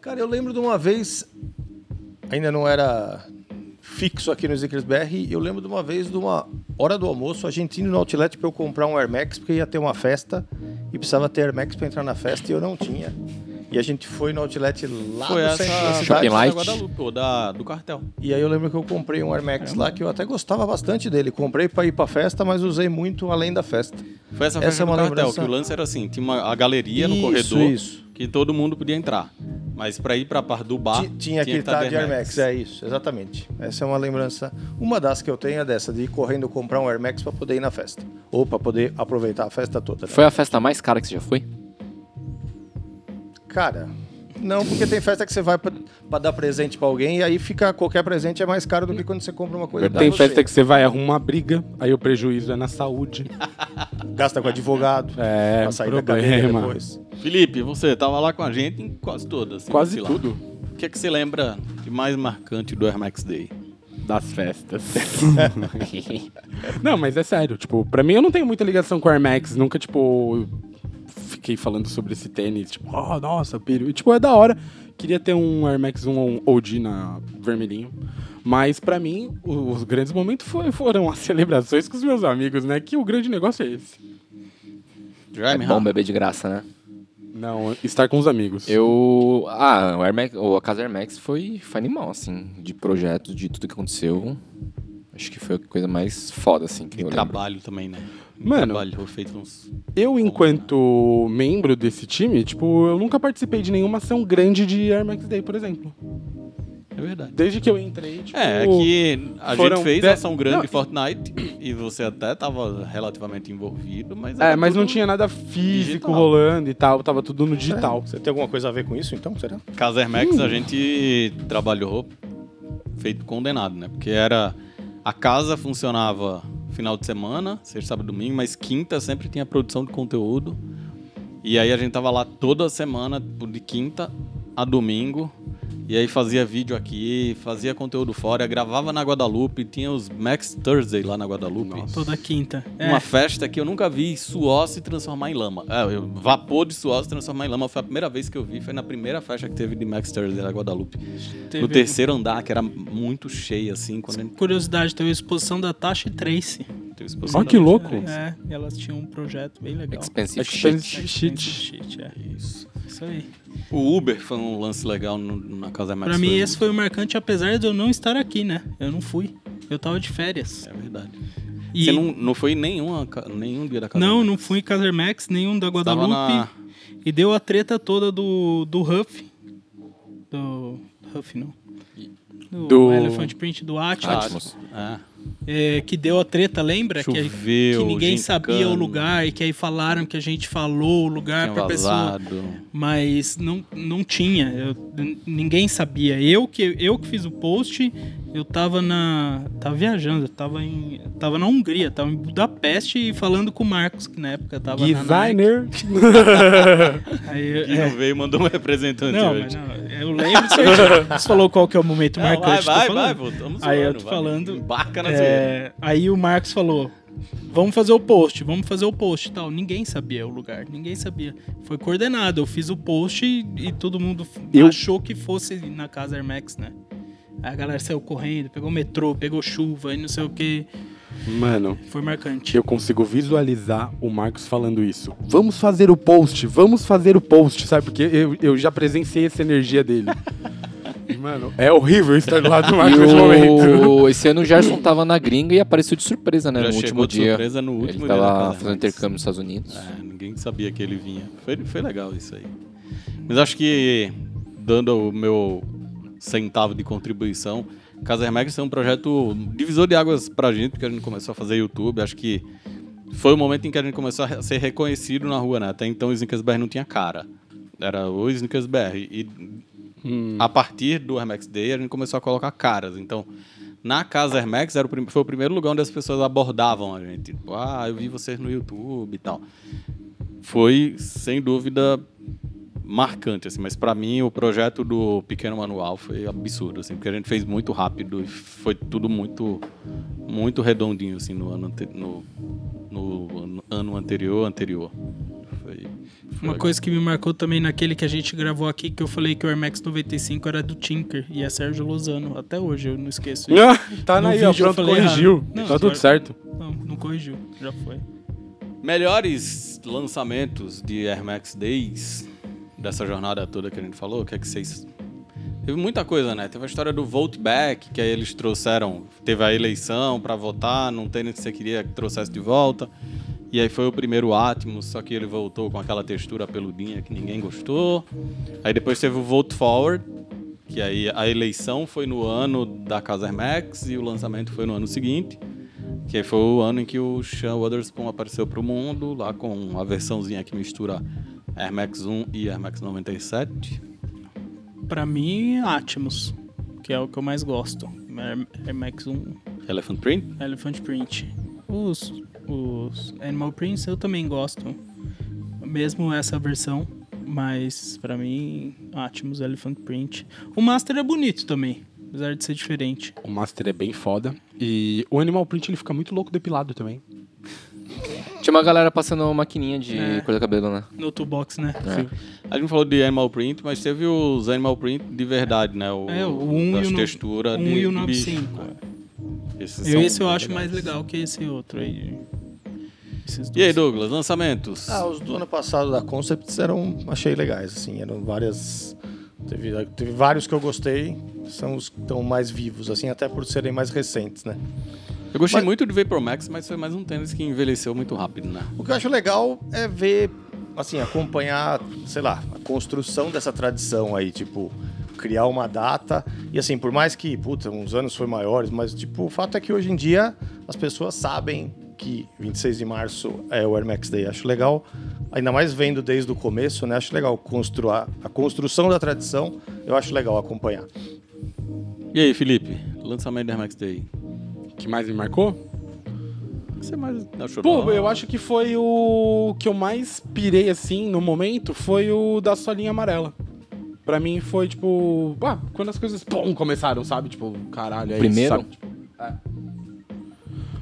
Cara, eu lembro de uma vez, ainda não era fixo aqui no Zickers BR, eu lembro de uma vez, de uma hora do almoço, a gente indo no Outlet para eu comprar um Air Max, porque ia ter uma festa e precisava ter Air Max para entrar na festa e eu não tinha. E a gente foi no Outlet lá Foi no essa centro da da cidade. Shopping Light? Guadalupe, ou da, do cartel. E aí eu lembro que eu comprei um Air Max lá que eu até gostava bastante dele. Comprei para ir para festa, mas usei muito além da festa. Foi essa Essa festa é uma do cartel, lembrança- que o lance era assim, tinha uma, a galeria no Isso, corredor isso. que todo mundo podia entrar. Mas pra ir pra parte do bar, Ti- tinha que tá estar de Air Max, é isso, exatamente. Essa é uma lembrança. Uma das que eu tenho é dessa, de ir correndo comprar um Air Max para poder ir na festa. Ou para poder aproveitar a festa toda. né? Foi a festa mais cara que você já foi? Cara, não, porque tem festa que você vai para dar presente para alguém e aí fica qualquer presente é mais caro do que quando você compra uma coisa. pra Tem você. festa que você vai arrumar uma briga, aí o prejuízo é na saúde. Gasta com advogado, É, pra sair da cadeia problema. depois. Felipe, você tava lá com a gente em quase todas. sem Quase vacilar. tudo O que é que você lembra de mais marcante do Air Max Day? das festas. não, mas é sério, tipo, pra mim eu não tenho muita ligação com o Air Max, nunca, tipo, fiquei falando sobre esse tênis, tipo, oh, nossa, peru. E, Tipo, é da hora. Queria ter um Air Max 1 ou um OG na vermelhinho. Mas pra mim, o- os grandes momentos foi- foram as celebrações com os meus amigos, né? Que o grande negócio é esse. É Jaime Bom Ra- beber de graça, né? Não, estar com os amigos. Eu. Ah, o Air Max, ou a casa Air Max foi, foi animal, assim, de projeto, de tudo que aconteceu. Acho que foi a coisa mais foda, assim, que E eu lembro. trabalho também, né? E Mano. Trabalho, foi feito uns... Eu, enquanto membro desse time, tipo, eu nunca participei de nenhuma ação grande de Air Max Day, por exemplo. É verdade. Desde que eu entrei, tipo... É, é que a foram gente fez dez- ação grande Não, de Fortnite e você até tava relativamente envolvido, mas... É, era mas não tudo um tinha nada físico digital. rolando e tal, tava tudo no digital. Você tem alguma coisa a ver com isso então? Será? Casa Hermex a gente trabalhou feito condenado, né? Porque era. A casa funcionava final de semana, sexta, sábado e domingo, mas quinta sempre tinha produção de conteúdo. E aí a gente tava lá toda semana, tipo, de quinta a domingo. E aí fazia vídeo aqui, fazia conteúdo fora, gravava na Guadalupe, tinha os Max Thursday lá na Guadalupe. Toda quinta. É, Uma festa que eu nunca vi suor se transformar em lama. É, eu- vapor de suor se transformar em lama. Foi a primeira vez que eu vi, foi na primeira festa que teve de Max Thursday da Guadalupe. teve um- No terceiro andar, que era muito cheio, assim, quando a gente Curiosidade, teve a exposição da Tasha e Tracy. teve exposição. Ó, que louco. É, elas tinham um projeto bem legal. Expensive Expensive shit. shit. Shit, é. Isso. Isso aí. O Uber foi um lance legal no- na casa da Max pra mim, Thursday. esse foi o marcante, apesar de eu não estar aqui, né? Eu não fui. Eu tava de férias. É verdade. E Você não, não foi em nenhuma, ca- nenhum dia da casa não, da não Max. fui em Caser Max, nenhum da Tava Guadalupe. na... E deu a treta toda do, do Huff. Do. Huff, não. Do, Do- Elephant Print do Atlas. Atmos. É. é, que deu a treta, lembra? Que- que, Choveu, ninguém gincana, sabia o lugar e que aí falaram que a gente falou o lugar Tinha pra pessoa. vazado. mas não, não tinha. eu- n- ninguém sabia. Eu que, eu que fiz o post, eu tava na. tava viajando, eu tava em. Tava na Hungria, tava em Budapeste e falando com o Marcos, que na época tava. na Designer. Nike. Aí eu- E não veio e mandou um representante É. não, hoje. mas não, eu lembro certinho. Você falou qual que é o momento Não, marcante. tô vai, vai, falando. vai, voltamos Aí eu zoando, tô vai. falando, Embarca na zoeira. É, aí o Marcos falou: vamos fazer o post, vamos fazer o post e tal. Ninguém sabia o lugar, ninguém sabia. Foi coordenado, eu fiz o post e, e todo mundo f- Eu- achou que fosse na casa Hermex, né? Aí a galera saiu correndo, pegou metrô, pegou chuva e não sei o que. Mano, Foi marcante. eu consigo visualizar o Marcos falando isso. Vamos fazer o post, vamos fazer o post, sabe? Porque eu, eu já presenciei essa energia dele. E, Mano, é horrível estar do lado do Marcos nesse E momento. o... Esse ano o Gerson tava na gringa e apareceu de surpresa, né? Já no chegou último de dia. surpresa no último Ele dia da tava casa, fazendo mas- intercâmbio nos Estados Unidos. É, ninguém sabia que ele vinha. Foi, foi legal isso aí. Mas acho que, dando o meu centavo de contribuição, Casa Hermex é um projeto divisor de águas pra gente, porque a gente começou a fazer YouTube. Acho que foi o momento em que a gente começou a re- ser reconhecido na rua, né? Até então o Snickers BR não tinha cara. Era o Snickers BR. E a partir do Hermex Day, a gente começou a colocar caras. Então, na casa Hermex era o prim- foi o primeiro lugar onde as pessoas abordavam a gente. Tipo, ah, eu vi vocês no YouTube e tal. Foi, sem dúvida, marcante, assim, mas pra mim o projeto do Pequeno Manual foi absurdo, assim, porque a gente fez muito rápido e foi tudo muito, muito redondinho, assim, no ano, ante- no, no ano- ano anterior, anterior. Foi, foi Uma coisa que me marcou também naquele que a gente gravou aqui, que eu falei que o Air Max 95 era do Tinker e é Sérgio Lozano. Até hoje eu não esqueço isso. Ah, tá No aí, ó, vídeo eu pronto, falei corrigiu. errado. Não, tá tudo agora- certo. Não, não corrigiu. Já foi. Melhores lançamentos de Air Max Days dessa jornada toda que a gente falou, o que é que vocês. Teve muita coisa, né? Teve a história do Vote Back, que aí eles trouxeram. Teve a eleição pra votar num tênis que você queria que trouxesse de volta. E aí foi o primeiro Atmos, só que ele voltou com aquela textura peludinha que ninguém gostou. Aí depois teve o Vote Forward, que aí a eleição foi no ano da Casa Air Max e o lançamento foi no ano seguinte. Que foi o ano em que o Sean Waterspoon apareceu pro mundo, lá com uma versãozinha que mistura Air Max 1 e Air Max 97. Pra mim, Atmos, que é o que eu mais gosto. Air- Air Max 1 Elephant Print. Elephant Print. Os, os Animal Prints eu também gosto. Mesmo essa versão. Mas pra mim, Atmos Elephant Print. O Master é bonito também. Apesar de ser diferente. O Master é bem foda. E o Animal Print ele fica muito louco depilado também. Tinha uma galera passando uma maquininha de É. cor do cabelo, né? No toolbox, né? É, A gente falou de Animal Print, mas teve os Animal Print de verdade, né? O, É, o 1 das e o no- texturas 1 de, e o de bicho, 95. né? Esses Eu, são esse eu bem acho mais legais. legal que esse outro aí. Esses E aí, dois. Douglas, lançamentos? Ah, os do ano passado da Concepts eram, achei legais, assim, eram várias... Teve, teve vários que eu gostei, são os que estão mais vivos, assim, até por serem mais recentes, né? eu gostei mas- muito do Vapor Max, mas foi mais um tênis que envelheceu muito rápido, né? O que eu acho legal é ver, assim, acompanhar, sei lá, a construção dessa tradição aí, tipo, criar uma data. E assim, por mais que, puta, uns anos foi maiores, mas tipo, o fato é que hoje em dia as pessoas sabem que 26 de março é o Air Max Day. Acho legal, ainda mais vendo desde o começo, né? Acho legal construir a construção da tradição, eu acho legal acompanhar. E aí, Felipe, lançamento do Air Max Day. Que mais me marcou? O que você mais achou? Pô, bom? eu acho que foi o que eu mais pirei assim no momento foi o da solinha amarela. Pra mim foi tipo, ah, quando as coisas pum, começaram, sabe? Tipo, caralho, é Primeiro? isso, sabe? Tipo, é.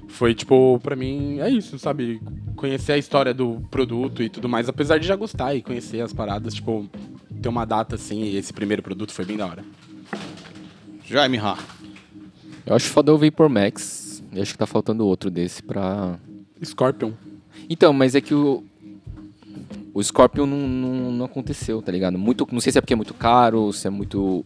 Foi tipo, pra mim é isso, sabe? Conhecer a história do produto e tudo mais, apesar de já gostar e conhecer as paradas, tipo, ter uma data assim, e esse primeiro produto foi bem da hora. Jaime Ha. Eu acho foda o Vapor Max. Eu acho que tá faltando outro desse pra. Scorpion. Então, mas é que o. O Scorpion não, não, não aconteceu, tá ligado? Muito, não sei se é porque é muito caro, se é muito.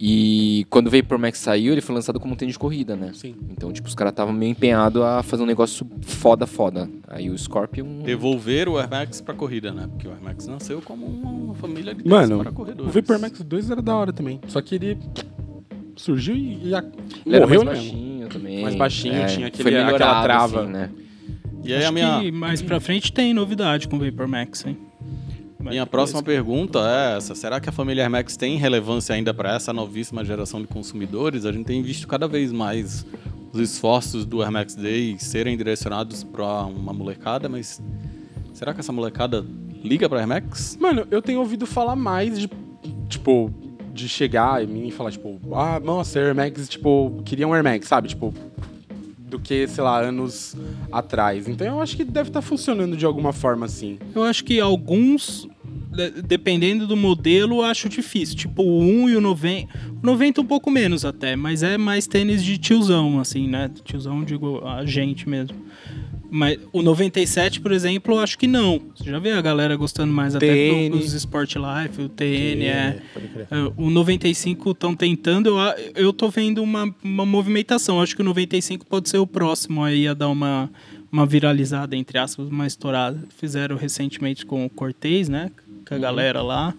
E quando o Vapor Max saiu, ele foi lançado como um tênis de corrida, né? Sim. Então, tipo, os caras estavam meio empenhados a fazer um negócio foda, foda. Aí o Scorpion. devolver o Air Max pra corrida, né? Porque o Air Max nasceu como uma família de tênis Mano, para o corredores. Vapor Max 2 era da hora também. Só que ele surgiu e, e a- ele era morreu mais mesmo. baixinho também. é, Mais baixinho, tinha aquele- foi melhorado, aquela trava. assim, né? E aí a Acho minha, que mais pra frente tem novidade com o Vapor Max, hein? Vai minha ter próxima coisa. pergunta é essa. Será que a família Air Max tem relevância ainda para essa novíssima geração de consumidores? A gente tem visto cada vez mais os esforços do Air Max Day serem direcionados pra uma molecada, mas será que essa molecada liga pra Air Max? Mano, eu tenho ouvido falar mais de, tipo, de chegar em mim e falar, tipo, ah, nossa, Air Max, tipo, queria um Air Max, sabe? Tipo, do que, sei lá, anos atrás. Então eu acho que deve estar funcionando de alguma forma, assim. Eu acho que alguns, de- dependendo do modelo, eu acho difícil. Tipo o 1 e o 90. O 90 um pouco menos até, mas é mais tênis de tiozão, assim, né? Tiozão, digo, a gente mesmo. Mas o 97, por exemplo, eu acho que não. Você já vê a galera gostando mais até TN. do- dos Sport Life, o TN, é. Pode crer. É, O 95 estão tentando, eu, a- eu tô vendo uma, uma movimentação. Acho que o 95 pode ser o próximo aí a dar uma, uma viralizada, entre aspas, uma estourada. Fizeram recentemente com o Cortez, né? Com a galera lá.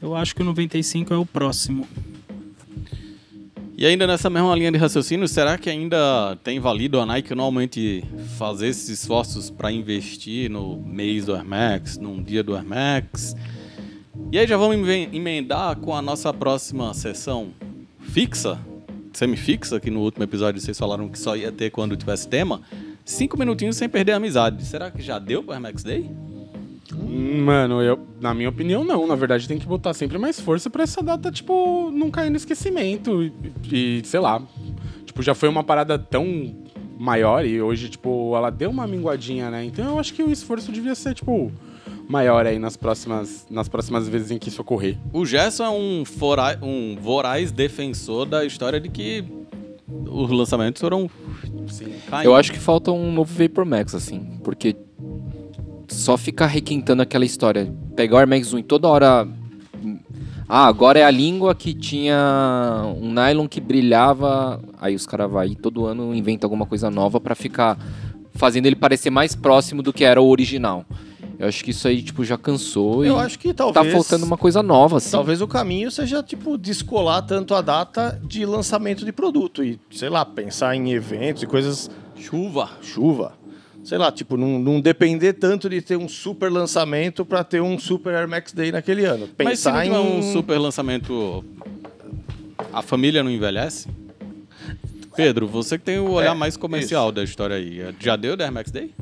Eu acho que o 95 é o próximo. E ainda nessa mesma linha de raciocínio, será que ainda tem valido a Nike normalmente fazer esses esforços para investir no mês do Air Max, num dia do Air Max? E aí já vamos emven- emendar com a nossa próxima sessão fixa, semifixa, que no último episódio vocês falaram que só ia ter quando tivesse tema. Cinco minutinhos sem perder a amizade. Será que já deu para Air Max Day? Mano, eu, na minha opinião, não. Na verdade, tem que botar sempre mais força pra essa data, tipo, não cair no esquecimento. E, e, sei lá. Tipo, já foi uma parada tão maior e hoje, tipo, ela deu uma minguadinha, né? Então eu acho que o esforço devia ser, tipo, maior aí nas próximas, nas próximas vezes em que isso ocorrer. O Gerson é um, fora- um voraz defensor da história de que os lançamentos foram caindo. Eu acho que falta um novo Vapor Max, assim, porque só ficar requintando aquela história. Pegar o Air Max 1 e toda hora. Ah, agora é a língua que tinha um nylon que brilhava. Aí os caras vai e todo ano inventa alguma coisa nova pra ficar fazendo ele parecer mais próximo do que era o original. Eu acho que isso aí, tipo, já cansou Eu e acho que talvez. tá faltando uma coisa nova, assim. Talvez o caminho seja, tipo, descolar tanto a data de lançamento de produto e, sei lá, pensar em eventos e coisas. Chuva. Chuva. Sei lá, tipo, não, não depender tanto de ter um super lançamento para ter um super Air Max Day naquele ano. Mas se não Pensar tiver em. um super lançamento, a família não envelhece? Pedro, você que tem o olhar mais comercial da história aí. Já deu o Max Day?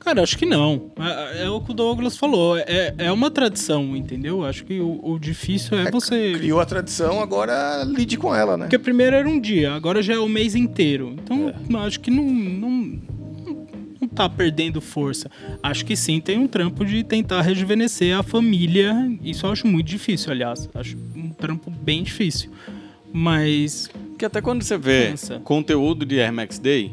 Cara, acho que não. É, é o que o Douglas falou. É, é uma tradição, entendeu? Acho que o, o difícil é você. Criou a tradição, agora lide com ela, né? Porque primeiro era um dia, agora já é o mês inteiro. Então, acho que não, não, não tá perdendo força. Acho que sim, tem um trampo de tentar rejuvenescer a família. Isso eu acho muito difícil, aliás. Acho um trampo bem difícil. Mas. Porque até quando você vê Nossa. conteúdo de Air Max Day,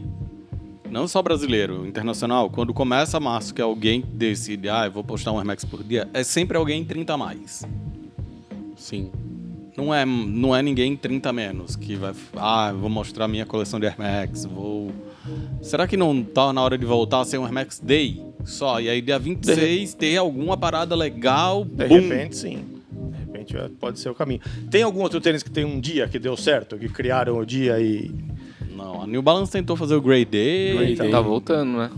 não só brasileiro, internacional, quando começa março que alguém decide, ah, eu vou postar um Air Max por dia, é sempre alguém 30 a mais. Sim. Não é, não é ninguém 30 a menos que vai, ah, eu vou mostrar minha coleção de Air Max, vou... Será que não tá na hora de voltar a ser um Air Max Day só? E aí dia 26 ter alguma parada legal, De bum, repente, sim. De repente é, pode ser o caminho. Tem algum outro tênis que tem um dia que deu certo, que criaram o dia e. Não, a New Balance tentou fazer o Grey Day, então Grey Day. é. Tá voltando, né?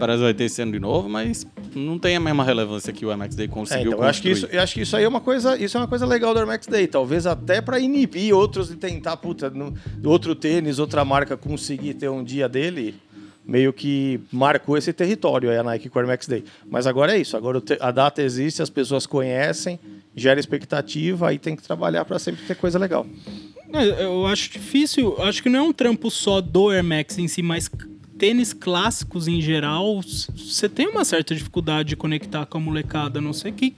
parece que vai ter esse ano de novo, mas não tem a mesma relevância que o Air Max Day É, conseguiu então, eu acho, que isso, construir. eu acho que isso aí é uma coisa, isso é uma coisa legal do Air Max Day, talvez até para inibir outros de tentar, puta, no- outro tênis, outra marca conseguir ter um dia dele, meio que marcou esse território aí a Nike com o Air Max Day. Mas agora é isso, agora o te- a data existe, as pessoas conhecem, gera expectativa, aí tem que trabalhar para sempre ter coisa legal. é, Eu acho difícil. Acho que não é um trampo só do Air Max em si, mas tênis clássicos em geral. s- Você tem uma certa dificuldade de conectar com a molecada, a não ser que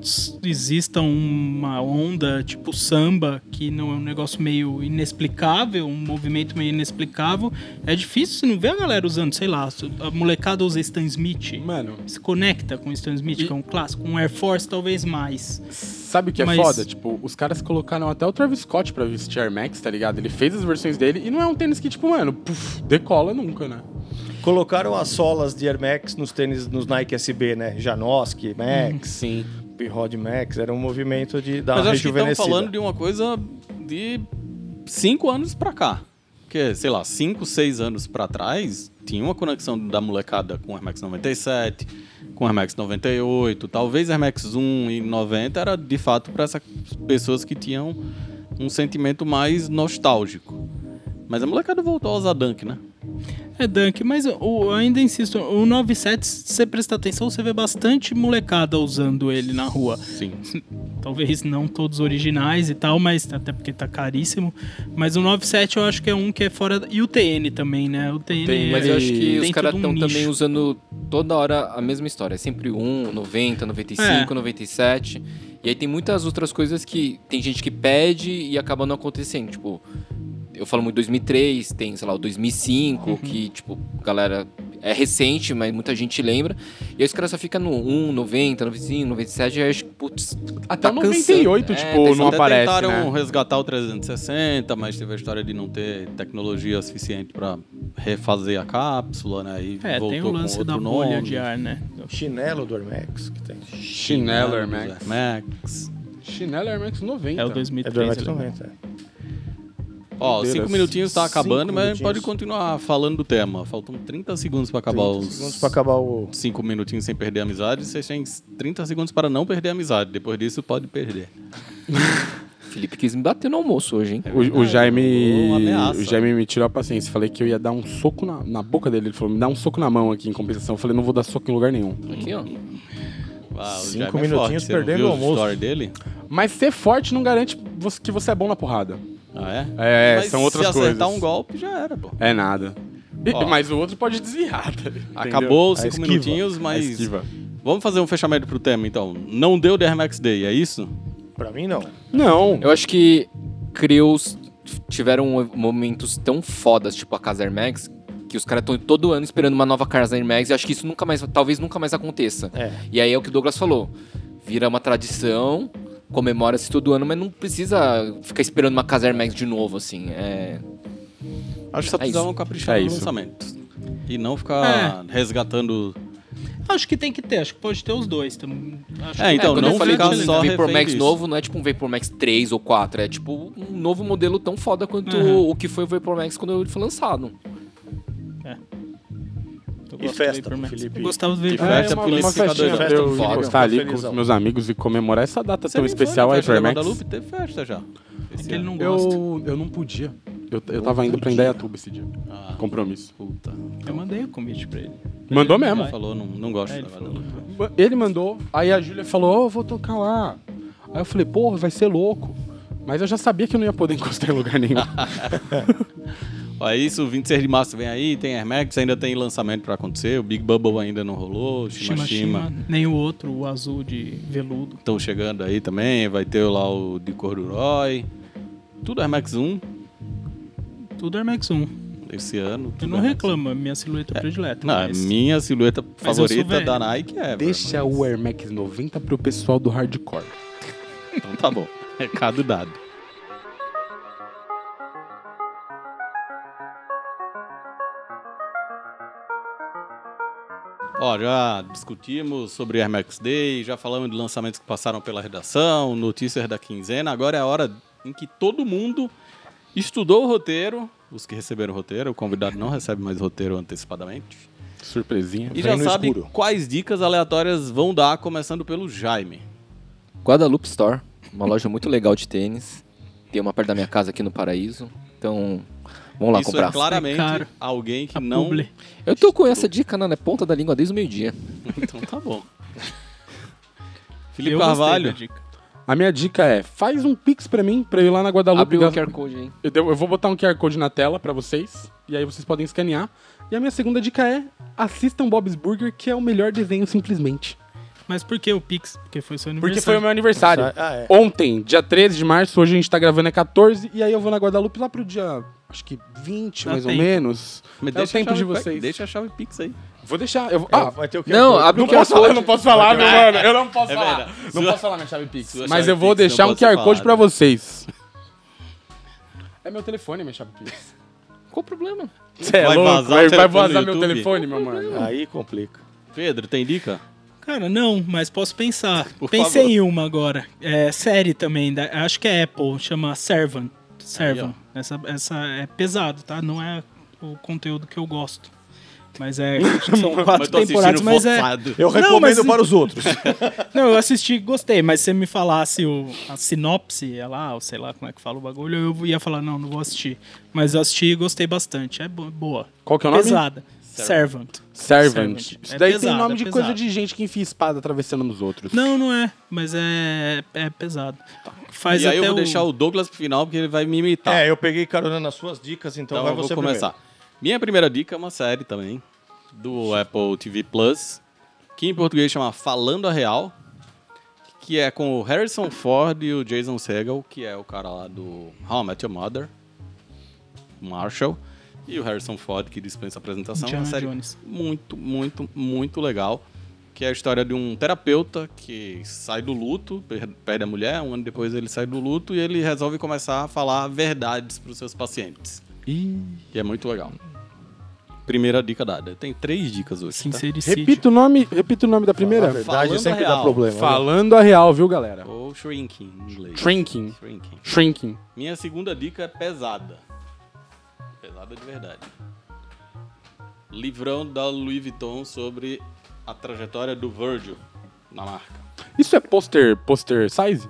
s- exista uma onda tipo samba, que não é um negócio meio inexplicável, um movimento meio inexplicável. É difícil você não ver a galera usando, sei lá, a molecada usa Stan Smith. Mano, Se conecta com Stan Smith, que é um clássico, um Air Force talvez mais. Sabe o que é Mas- foda? Tipo, os caras colocaram até o Travis Scott pra vestir Air Max, tá ligado? Ele fez as versões dele e não é um tênis que, tipo, mano, puf, decola nunca, né? Colocaram as solas de Air Max nos tênis, nos Nike SB, né? Janoski, Max, Sim. Pirod Max, era um movimento de dar Mas uma acho que estamos rejuvenescida. falando de uma coisa de cinco anos pra cá. Porque, sei lá, cinco, seis anos pra trás, tinha uma conexão da molecada com o Air Max 97, com o Air Max 98, talvez Air Max 1 e 90 era de fato para essas pessoas que tinham um sentimento mais nostálgico. Mas a molecada voltou a usar Dunk, né? É Dunk, mas eu- eu ainda insisto, o 97, se você prestar atenção, você vê bastante molecada usando ele na rua. Sim. Talvez não todos originais e tal, mas até porque tá caríssimo. Mas o 97 eu acho que é um que é fora. da- E o TN também, né? O TN Tem, é Mas eu acho que os dentro caras de um estão nicho. também usando toda hora a mesma história. É sempre um 90, É. 95, 97. E aí tem muitas outras coisas que tem gente que pede e acaba não acontecendo. Tipo, eu falo muito 2003, tem, sei lá, o Uhum. 2005, que, tipo, galera, é recente, mas muita gente lembra. E aí os caras só ficam no 1, 90, 95, 97. E aí, eu acho que, putz, Até Tá o 98, cansando. É, tipo, tá não exatamente. Até aparece, tentaram né? resgatar o 360, mas teve a história de não ter tecnologia suficiente pra refazer a cápsula, né? E É, voltou tem o com lance outro da bolha nome. de ar, né? Chinelo do Air Max que tem. Chinelo Air Max. Max. Chinelo Air Max 90. É Então, o É do Air né? 2003. Max ele- 90. é. Ó, Doideiras. cinco minutinhos tá Cinco acabando, mas a gente minutinhos. pode continuar falando do tema. Faltam 30 segundos pra acabar 30 os... segundos pra acabar o. Cinco minutinhos sem perder a amizade. Vocês têm 30 segundos para não perder a amizade. Depois disso, pode perder. Felipe quis me bater no almoço hoje, hein? O, o É, Uma Jaime. ameaça. O Jaime me tirou a paciência. Falei que eu ia dar um soco na, É, na boca dele. Ele falou, me dá um soco na mão aqui em compensação. Eu falei, não vou dar soco em lugar nenhum. Aqui, ó. Ah, o Cinco Jaime é minutinhos forte. Você não perdendo viu o almoço. story dele? Mas ser forte não garante vo- que você é bom na porrada. Ah, é? É, Mas são outras se coisas. acertar um golpe, já era, pô. É nada. E- Ó. mas o outro pode desviar, tá ligado? Acabou os A cinco esquiva. minutinhos, A mas... esquiva. Vamos fazer um fechamento pro tema, então. Não deu The Air Max Day, é isso? Pra mim, não. Não. Eu acho que crios tiveram momentos tão fodas, tipo a Casa Air Max, que os caras estão todo ano esperando uma nova Casa Air Max. E acho que isso nunca mais, talvez nunca mais aconteça. É. E aí é o que o Douglas falou. Vira uma tradição, comemora-se todo ano, mas não precisa ficar esperando uma Casa Air Max de novo, assim. É... Acho que só É isso. precisavam caprichar É no isso. lançamento. É. E não ficar resgatando... Acho que tem que ter, acho que pode ter os dois. tam- acho É, que- então, quando não eu falei ficar de só um Vapor refém Max disso. novo, não é tipo um Vapor Max 3 ou 4, é tipo um novo modelo tão foda quanto Uhum. o que foi o Vapor Max quando ele foi lançado. Eu E gosto do festa, Vapor Max. Felipe? Eu gostava do Que Vapor festa Max. é por isso que fica festinha doidão. pra eu Festa foda. eu estar ali com os Felizão. meus amigos e comemorar essa data Você tão nem foi especial na a festa da Hypermax. é Guadalupe, teve festa já. Esse É Ele ano. não gosta. Eu, eu não podia. Eu, eu tava indo pra Indaiatuba esse dia. Ah, Compromisso. puta. Eu mandei o convite pra ele. Mandou Ele mesmo. vai. Falou, não, não gosto É, da ele falou. Guadalupe. Ele mandou, aí a Júlia falou, ó, eu vou tocar lá. Aí eu falei, porra, vai ser louco. Mas eu já sabia que eu não ia poder encostar em lugar nenhum. Ó, é isso, 26 de março vem aí, tem Air Max, ainda tem lançamento pra acontecer, o Big Bubble ainda não rolou, o Shima Shima Shimashima, nem o outro, o azul de veludo. estão chegando aí também, vai ter lá o de cor do Roy, tudo Air Max 1 Tudo Air Max 1. esse ano. Eu tudo não Air Max reclamo, é minha silhueta predileta. 1. Não, é a mas- minha silhueta eu sou favorita velho. da Nike é, Deixa o Air Max 90 pro pessoal do hardcore. então tá bom, recado dado. Ó, já discutimos sobre Air Max Day, já falamos de lançamentos que passaram pela redação, notícias da quinzena. Agora é a hora em que todo mundo estudou o roteiro, os que receberam o roteiro, o convidado não recebe mais roteiro antecipadamente. Surpresinha. E Vem já no sabe escuro. quais dicas aleatórias vão dar, começando pelo Jaime. Guadalupe Store, uma loja muito legal de tênis. Tem uma perto da minha casa aqui no Paraíso. Então, vamos lá Isso comprar. é claramente É caro. alguém que A ah, não. publi. Eu tô com essa dica na, na ponta da língua desde o meio-dia. Então tá bom. Felipe Eu gostei Carvalho. da dica. A minha dica é, faz um pix pra mim, pra eu ir lá na Guadalupe. Abriu dar- o QR Code aí. Eu, eu vou botar um QR Code na tela pra vocês, e aí vocês podem escanear. E a minha segunda dica é, assistam Bob's Burger, que é o melhor desenho simplesmente. Mas por que o Pix? Porque foi seu Porque foi o aniversário. meu aniversário. Ah, é. Ontem, dia 13 de março, hoje a gente tá gravando é 14, e aí eu vou na Guadalupe lá pro dia, acho que 20, Dá mais tempo. ou menos. Mas É o tempo a chave pe- de vocês. um Deixa a chave Pix aí. Vou deixar, eu vou... É, Ah, vai ter o QR Não, Code. abre o não QR posso falar, eu Code. não posso falar, meu mano, eu não posso É falar. verdade. Não Sua- posso falar minha chave Pix. sua Mas chave eu vou Pix não deixar um pode QR ser Code falada. pra vocês. É meu telefone, minha chave Pix. Qual o problema? Cê é Vai louco, vazar o vai, vai telefone no vazar meu YouTube? telefone, meu mano. Aí complica. Pedro, tem dica? Cara, não, mas posso pensar. Por Pensei favor. em uma agora. É série também, da- acho que é Apple, chama Servant. Servant. essa, essa é pesado, tá? Não é o conteúdo que eu gosto. Mas é. acho que São quatro temporadas, mas é. Eu Não, recomendo mas- para os outros. Não, eu assisti e gostei, mas se você me falasse o, a sinopse, é lá, ou sei lá como é que fala o bagulho, eu ia falar, não, não vou assistir. Mas eu assisti e gostei bastante. É bo- boa. Qual que é o nome? Pesada. Servant. Servant. Servant. Isso É daí tem pesado, nome é de pesado. coisa de gente que enfia espada atravessando nos outros. Não, não é, mas é, é pesado. Faz e aí eu até vou o- deixar o Douglas pro final, porque ele vai me imitar. É, eu peguei carona nas suas dicas, então, Então vai eu vou você começar. Minha primeira dica é uma série também, do Apple TV Plus, que em português chama Falando a Real, que é com o Harrison Ford e o Jason Segel, que é o cara lá do How I Met Your Mother, Marshall, e o Harrison Ford, que dispensa apresentação. É uma Indiana série Jones. muito, muito, muito legal, que é a história de um terapeuta que sai do luto, per- perde a mulher, um ano depois ele sai do luto e ele resolve começar a falar verdades para os seus pacientes. E é muito legal. Primeira dica dada. Tem três dicas hoje. tá? Sincericídio. Repita o nome, repita o nome da primeiro. primeira. Na é verdade, Falando sempre real. dá problema. né? Falando a real, viu, galera? Ou shrinking em inglês. Shrinking. Shrinking. Shrinking. Minha segunda dica é pesada. Pesada de verdade. Livrão da Louis Vuitton sobre a trajetória do Virgil na marca. Isso é pôster, pôster size?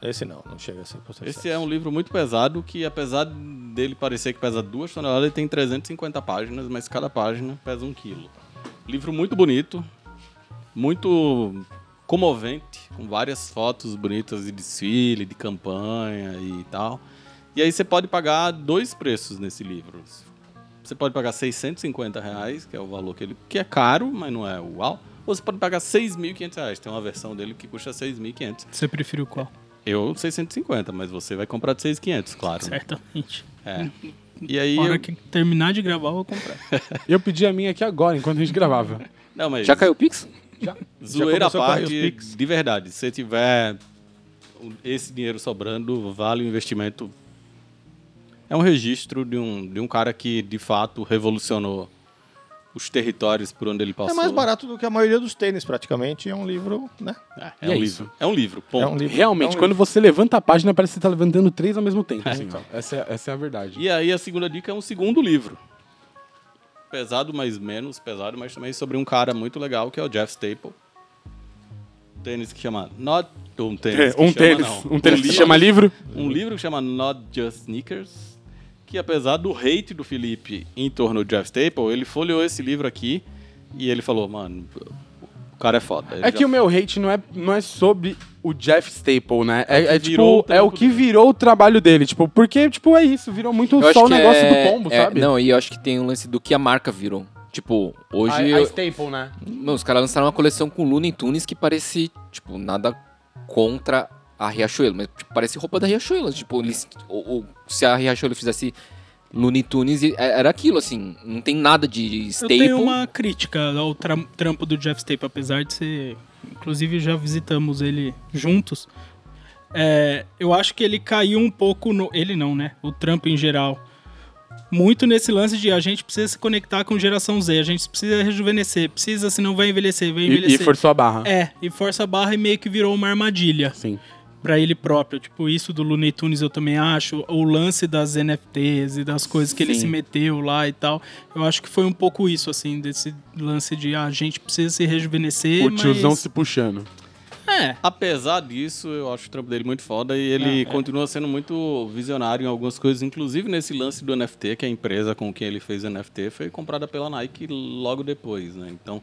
Esse não, não chega a ser possível. Esse é um livro muito pesado que, apesar dele parecer que pesa duas toneladas, ele tem 350 páginas, mas cada página pesa um quilo. Livro muito bonito, muito comovente, com várias fotos bonitas de desfile, de campanha e tal. E aí você pode pagar dois preços nesse livro. Você pode pagar 650 reais, que é o valor que ele... Que é caro, mas não é uau. Ou você pode pagar 6.500 reais. Tem uma versão dele que custa 6.500. Você preferiu qual? Eu, 650, mas você vai comprar de 6,500, claro. né? Certamente. É. E aí. Na hora eu- que terminar de gravar, eu vou comprar. Eu pedi a minha aqui agora, enquanto a gente gravava. Não, mas. Já caiu o Pix? Zoeira à começou a correr parte, os Pix. de verdade. Se você tiver um, esse dinheiro sobrando, vale o investimento. É um registro de um, de um cara que, de fato, revolucionou os territórios por onde ele passou. É mais barato do que a maioria dos tênis, praticamente. É um livro, né? É, E um é livro. É um livro, ponto. É um livro. Realmente, é um quando você levanta a página, parece que você tá levantando três ao mesmo tempo. assim. essa, é, essa é a verdade. E aí a segunda dica é um segundo livro. Pesado, mas menos pesado, mas também sobre um cara muito legal, que é o Jeff Staple. Um tênis que chama... Not... Um tênis que um chama, tênis, não. um tênis que livro- chama livro. Um livro que chama Not Just Sneakers, que apesar do hate do Felipe em torno do Jeff Staple, ele folheou esse livro aqui e ele falou, mano, o cara é foda. Ele É já- que o meu hate não é, não é sobre o Jeff Staple, né? É, é, virou o tipo, é o trampo que dele. virou o trabalho dele. Tipo, porque, tipo, é isso. Virou muito só o negócio do pombo, é- sabe? Não, e eu acho que tem um lance do que a marca virou. Tipo, hoje. eu- Staple, né? Mano, os caras lançaram uma coleção com Luna em Tunis que parece, tipo, nada contra a Riachuelo, mas tipo, parece roupa da Riachuelo. Tipo, eles, ou, ou se a Riachuelo fizesse Luna em Tunis, e- é- era aquilo, assim. Não tem nada de Eu staple. tenho uma crítica ao tra- trampo do Jeff Staple, apesar de ser. Inclusive, já visitamos ele juntos. É, eu acho que ele caiu um pouco no. Ele não, né? O trampo em geral. Muito nesse lance de a gente precisa se conectar com geração Z, a gente precisa rejuvenescer, precisa, senão vai envelhecer, vai E, e envelhecer. forçou a barra. É, e força a barra e meio que virou uma armadilha. Sim. Pra ele próprio. Tipo, isso do Looney Tunes eu também acho, o lance das NFTs e das coisas que ele Sim. se meteu lá e tal. Eu acho que foi um pouco isso, assim, desse lance de ah, a gente precisa se rejuvenescer. O tiozão mas... se puxando. É. Apesar disso, eu acho o trampo dele muito foda e ele continua sendo muito visionário em algumas coisas, inclusive nesse lance do NFT, que a empresa com quem ele fez o NFT foi comprada pela Nike logo depois, né? Então,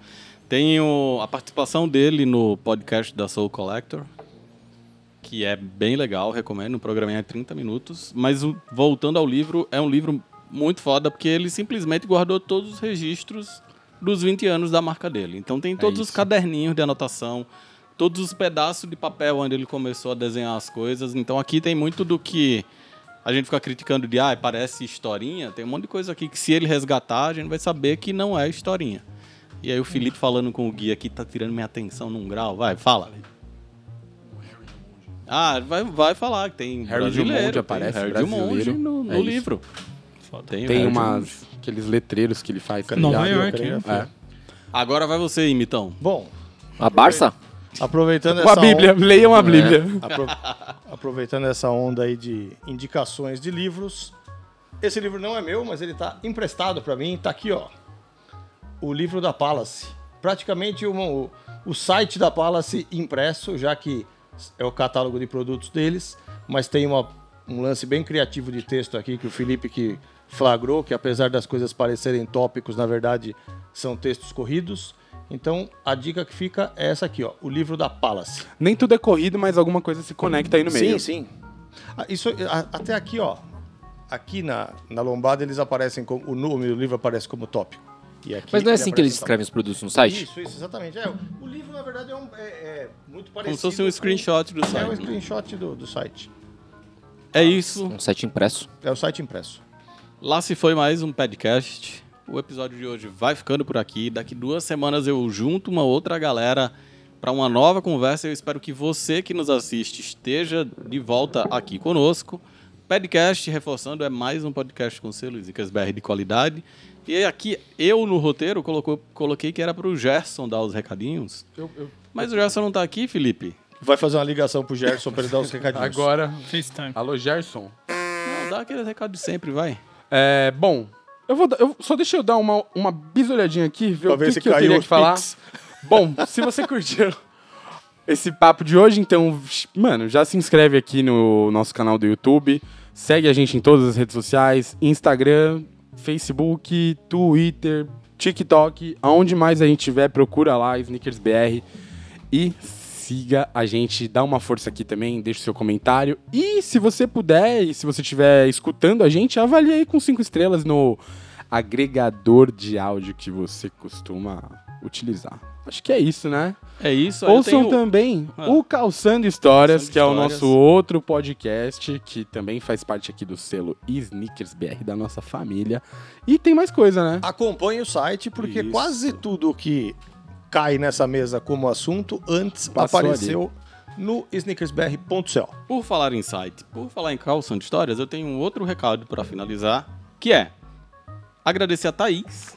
tem o- a participação dele no podcast da Soul Collector, que é bem legal, recomendo, o programinha é 30 minutos, mas o- voltando ao livro, é um livro muito foda porque ele simplesmente guardou todos os registros dos 20 anos da marca dele. Então tem todos os isso. caderninhos de anotação, todos os pedaços de papel onde ele começou a desenhar as coisas. Então aqui tem muito do que a gente fica criticando de, ah, parece historinha. Tem um monte de coisa aqui que se ele resgatar, a gente vai saber que não é historinha. E aí o Felipe falando com o Gui aqui tá tirando minha atenção num grau. Vai, fala. Ah, vai, vai falar que tem Harry brasileiro, Drummond tem aparece, Harry brasileiro. Drummond no, no É isso. livro. o Tem um Harry Drummond. umas, aqueles letreiros que ele faz. tá Nova ligado? York, né? É. Agora vai você, imitão. Bom, A Barça? aproveitando Com a essa Bíblia, leiam a É. Bíblia. Apro- Aproveitando essa onda aí de indicações de livros. Esse livro não é meu, mas ele tá emprestado para mim. Tá aqui, ó. O livro da Palace. Praticamente uma- o, o site da Palace impresso, já que é o catálogo de produtos deles, mas tem uma- um lance bem criativo de texto aqui que o Felipe que flagrou, que apesar das coisas parecerem tópicos, na verdade são textos corridos. Então a dica que fica é essa aqui, ó, o livro da Palace. Nem tudo é corrido, mas alguma coisa se conecta aí no meio. Sim, sim. Ah, Isso, a- até aqui, ó. Aqui na, na lombada eles aparecem como. O nome do livro aparece como tópico. E aqui Mas não é ele assim que eles aparece escrevem os produtos no como- site? Isso, isso, exatamente. É, o livro, na verdade, é, um, é- é muito Como parecido. se fosse um com- screenshot do É um site. né? screenshot do, do site. É isso. Um site impresso. É o site impresso. Lá se foi mais um podcast. O episódio de hoje vai ficando por aqui. Daqui duas semanas eu junto uma outra galera para uma nova conversa. Eu espero que você que nos assiste esteja de volta aqui conosco. Podcast, reforçando, é mais um podcast com selo Zicas BR de qualidade. E aqui eu no roteiro colocou- coloquei que era para o Gerson dar os recadinhos. Mas o Gerson não tá aqui, Felipe. Vai fazer uma ligação pro Gerson para ele dar os recadinhos. Agora, FaceTime. alô Gerson. Não, dá aquele recado de sempre, vai. É, bom, eu vou dar- eu- só deixa eu dar uma, uma bisolhadinha aqui, ver Pra ver o que, se que eu caiu teria os que falar. pix. Bom, se você curtiu esse papo de hoje, então, mano, já se inscreve aqui no nosso canal do YouTube, segue a gente em todas as redes sociais, Instagram, Facebook, Twitter, TikTok, aonde mais a gente tiver, procura lá, SneakersBR, e siga a gente, dá uma força aqui também, deixa o seu comentário. E se você puder, e se você estiver escutando a gente, avalie aí com cinco estrelas no agregador de áudio que você costuma utilizar. Acho que é isso, né? É isso. aí eu Ouçam tenho- também Ah. o Calçando Histórias, Calçando que é o Histórias. nosso outro podcast, que também faz parte aqui do selo Sneakers BR da nossa família. E tem mais coisa, né? Acompanhe o site, porque Isso. quase tudo que cai nessa mesa como assunto antes Passou apareceu no sneakersbr.co. Por falar em site, por falar em calção de histórias, eu tenho um outro recado pra finalizar, que é agradecer a Thaís,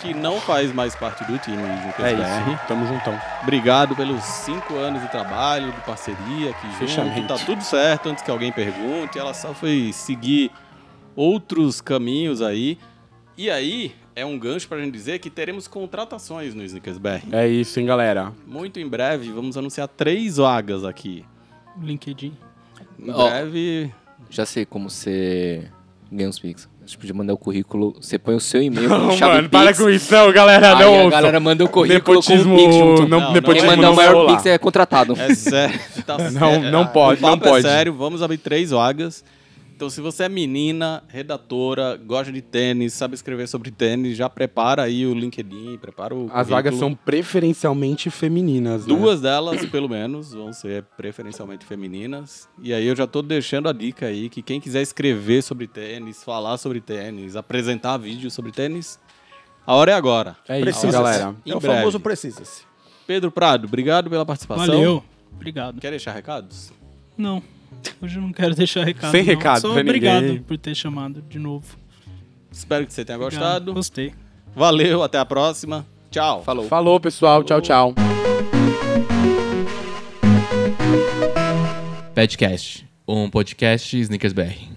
que não faz mais parte do time do é PSBR. isso. Tamo juntão. Obrigado pelos cinco anos de trabalho, de parceria, que Fechamento. junto, tá tudo certo, antes que alguém pergunte. Ela só foi seguir outros caminhos aí. E aí, é um gancho pra gente dizer que teremos contratações no Sneakers BR. É isso, hein, galera? Muito em breve, vamos anunciar três vagas aqui. LinkedIn. Em Ó. breve, Já sei como você ganha uns Pix. Você podia mandar o currículo, você põe o seu e-mail com Não, chave mano, Pix. para com isso, não, galera. Aí não a ouçam. galera manda o currículo nepotismo, com o Pix junto. Não, não, não. Quem nepotismo Pode mandar não o maior rola. Pix é contratado. É sério. Tá Não, sé- não pode, o papo não pode. É sério, vamos abrir três vagas. Então, se você é menina, redatora, gosta de tênis, sabe escrever sobre tênis, já prepara aí o LinkedIn, prepara o. As vagas currículo. são preferencialmente femininas, né? Duas delas, pelo menos, vão ser preferencialmente femininas. E aí eu já tô deixando a dica aí que quem quiser escrever sobre tênis, falar sobre tênis, apresentar vídeo sobre tênis, a hora é agora. É isso, Precisa. galera. Em É o breve. famoso precisa-se. Pedro Prado, obrigado pela participação. Valeu. Obrigado. Quer deixar recados? Não, hoje eu não quero deixar recado. Sem não. recado Só pra obrigado ninguém. por ter chamado de novo. Espero que você tenha Obrigado, gostado. Gostei. Valeu, até a próxima. Tchau. Falou. Falou, pessoal. Tchau, tchau. Petcast, um podcast Snickers BR.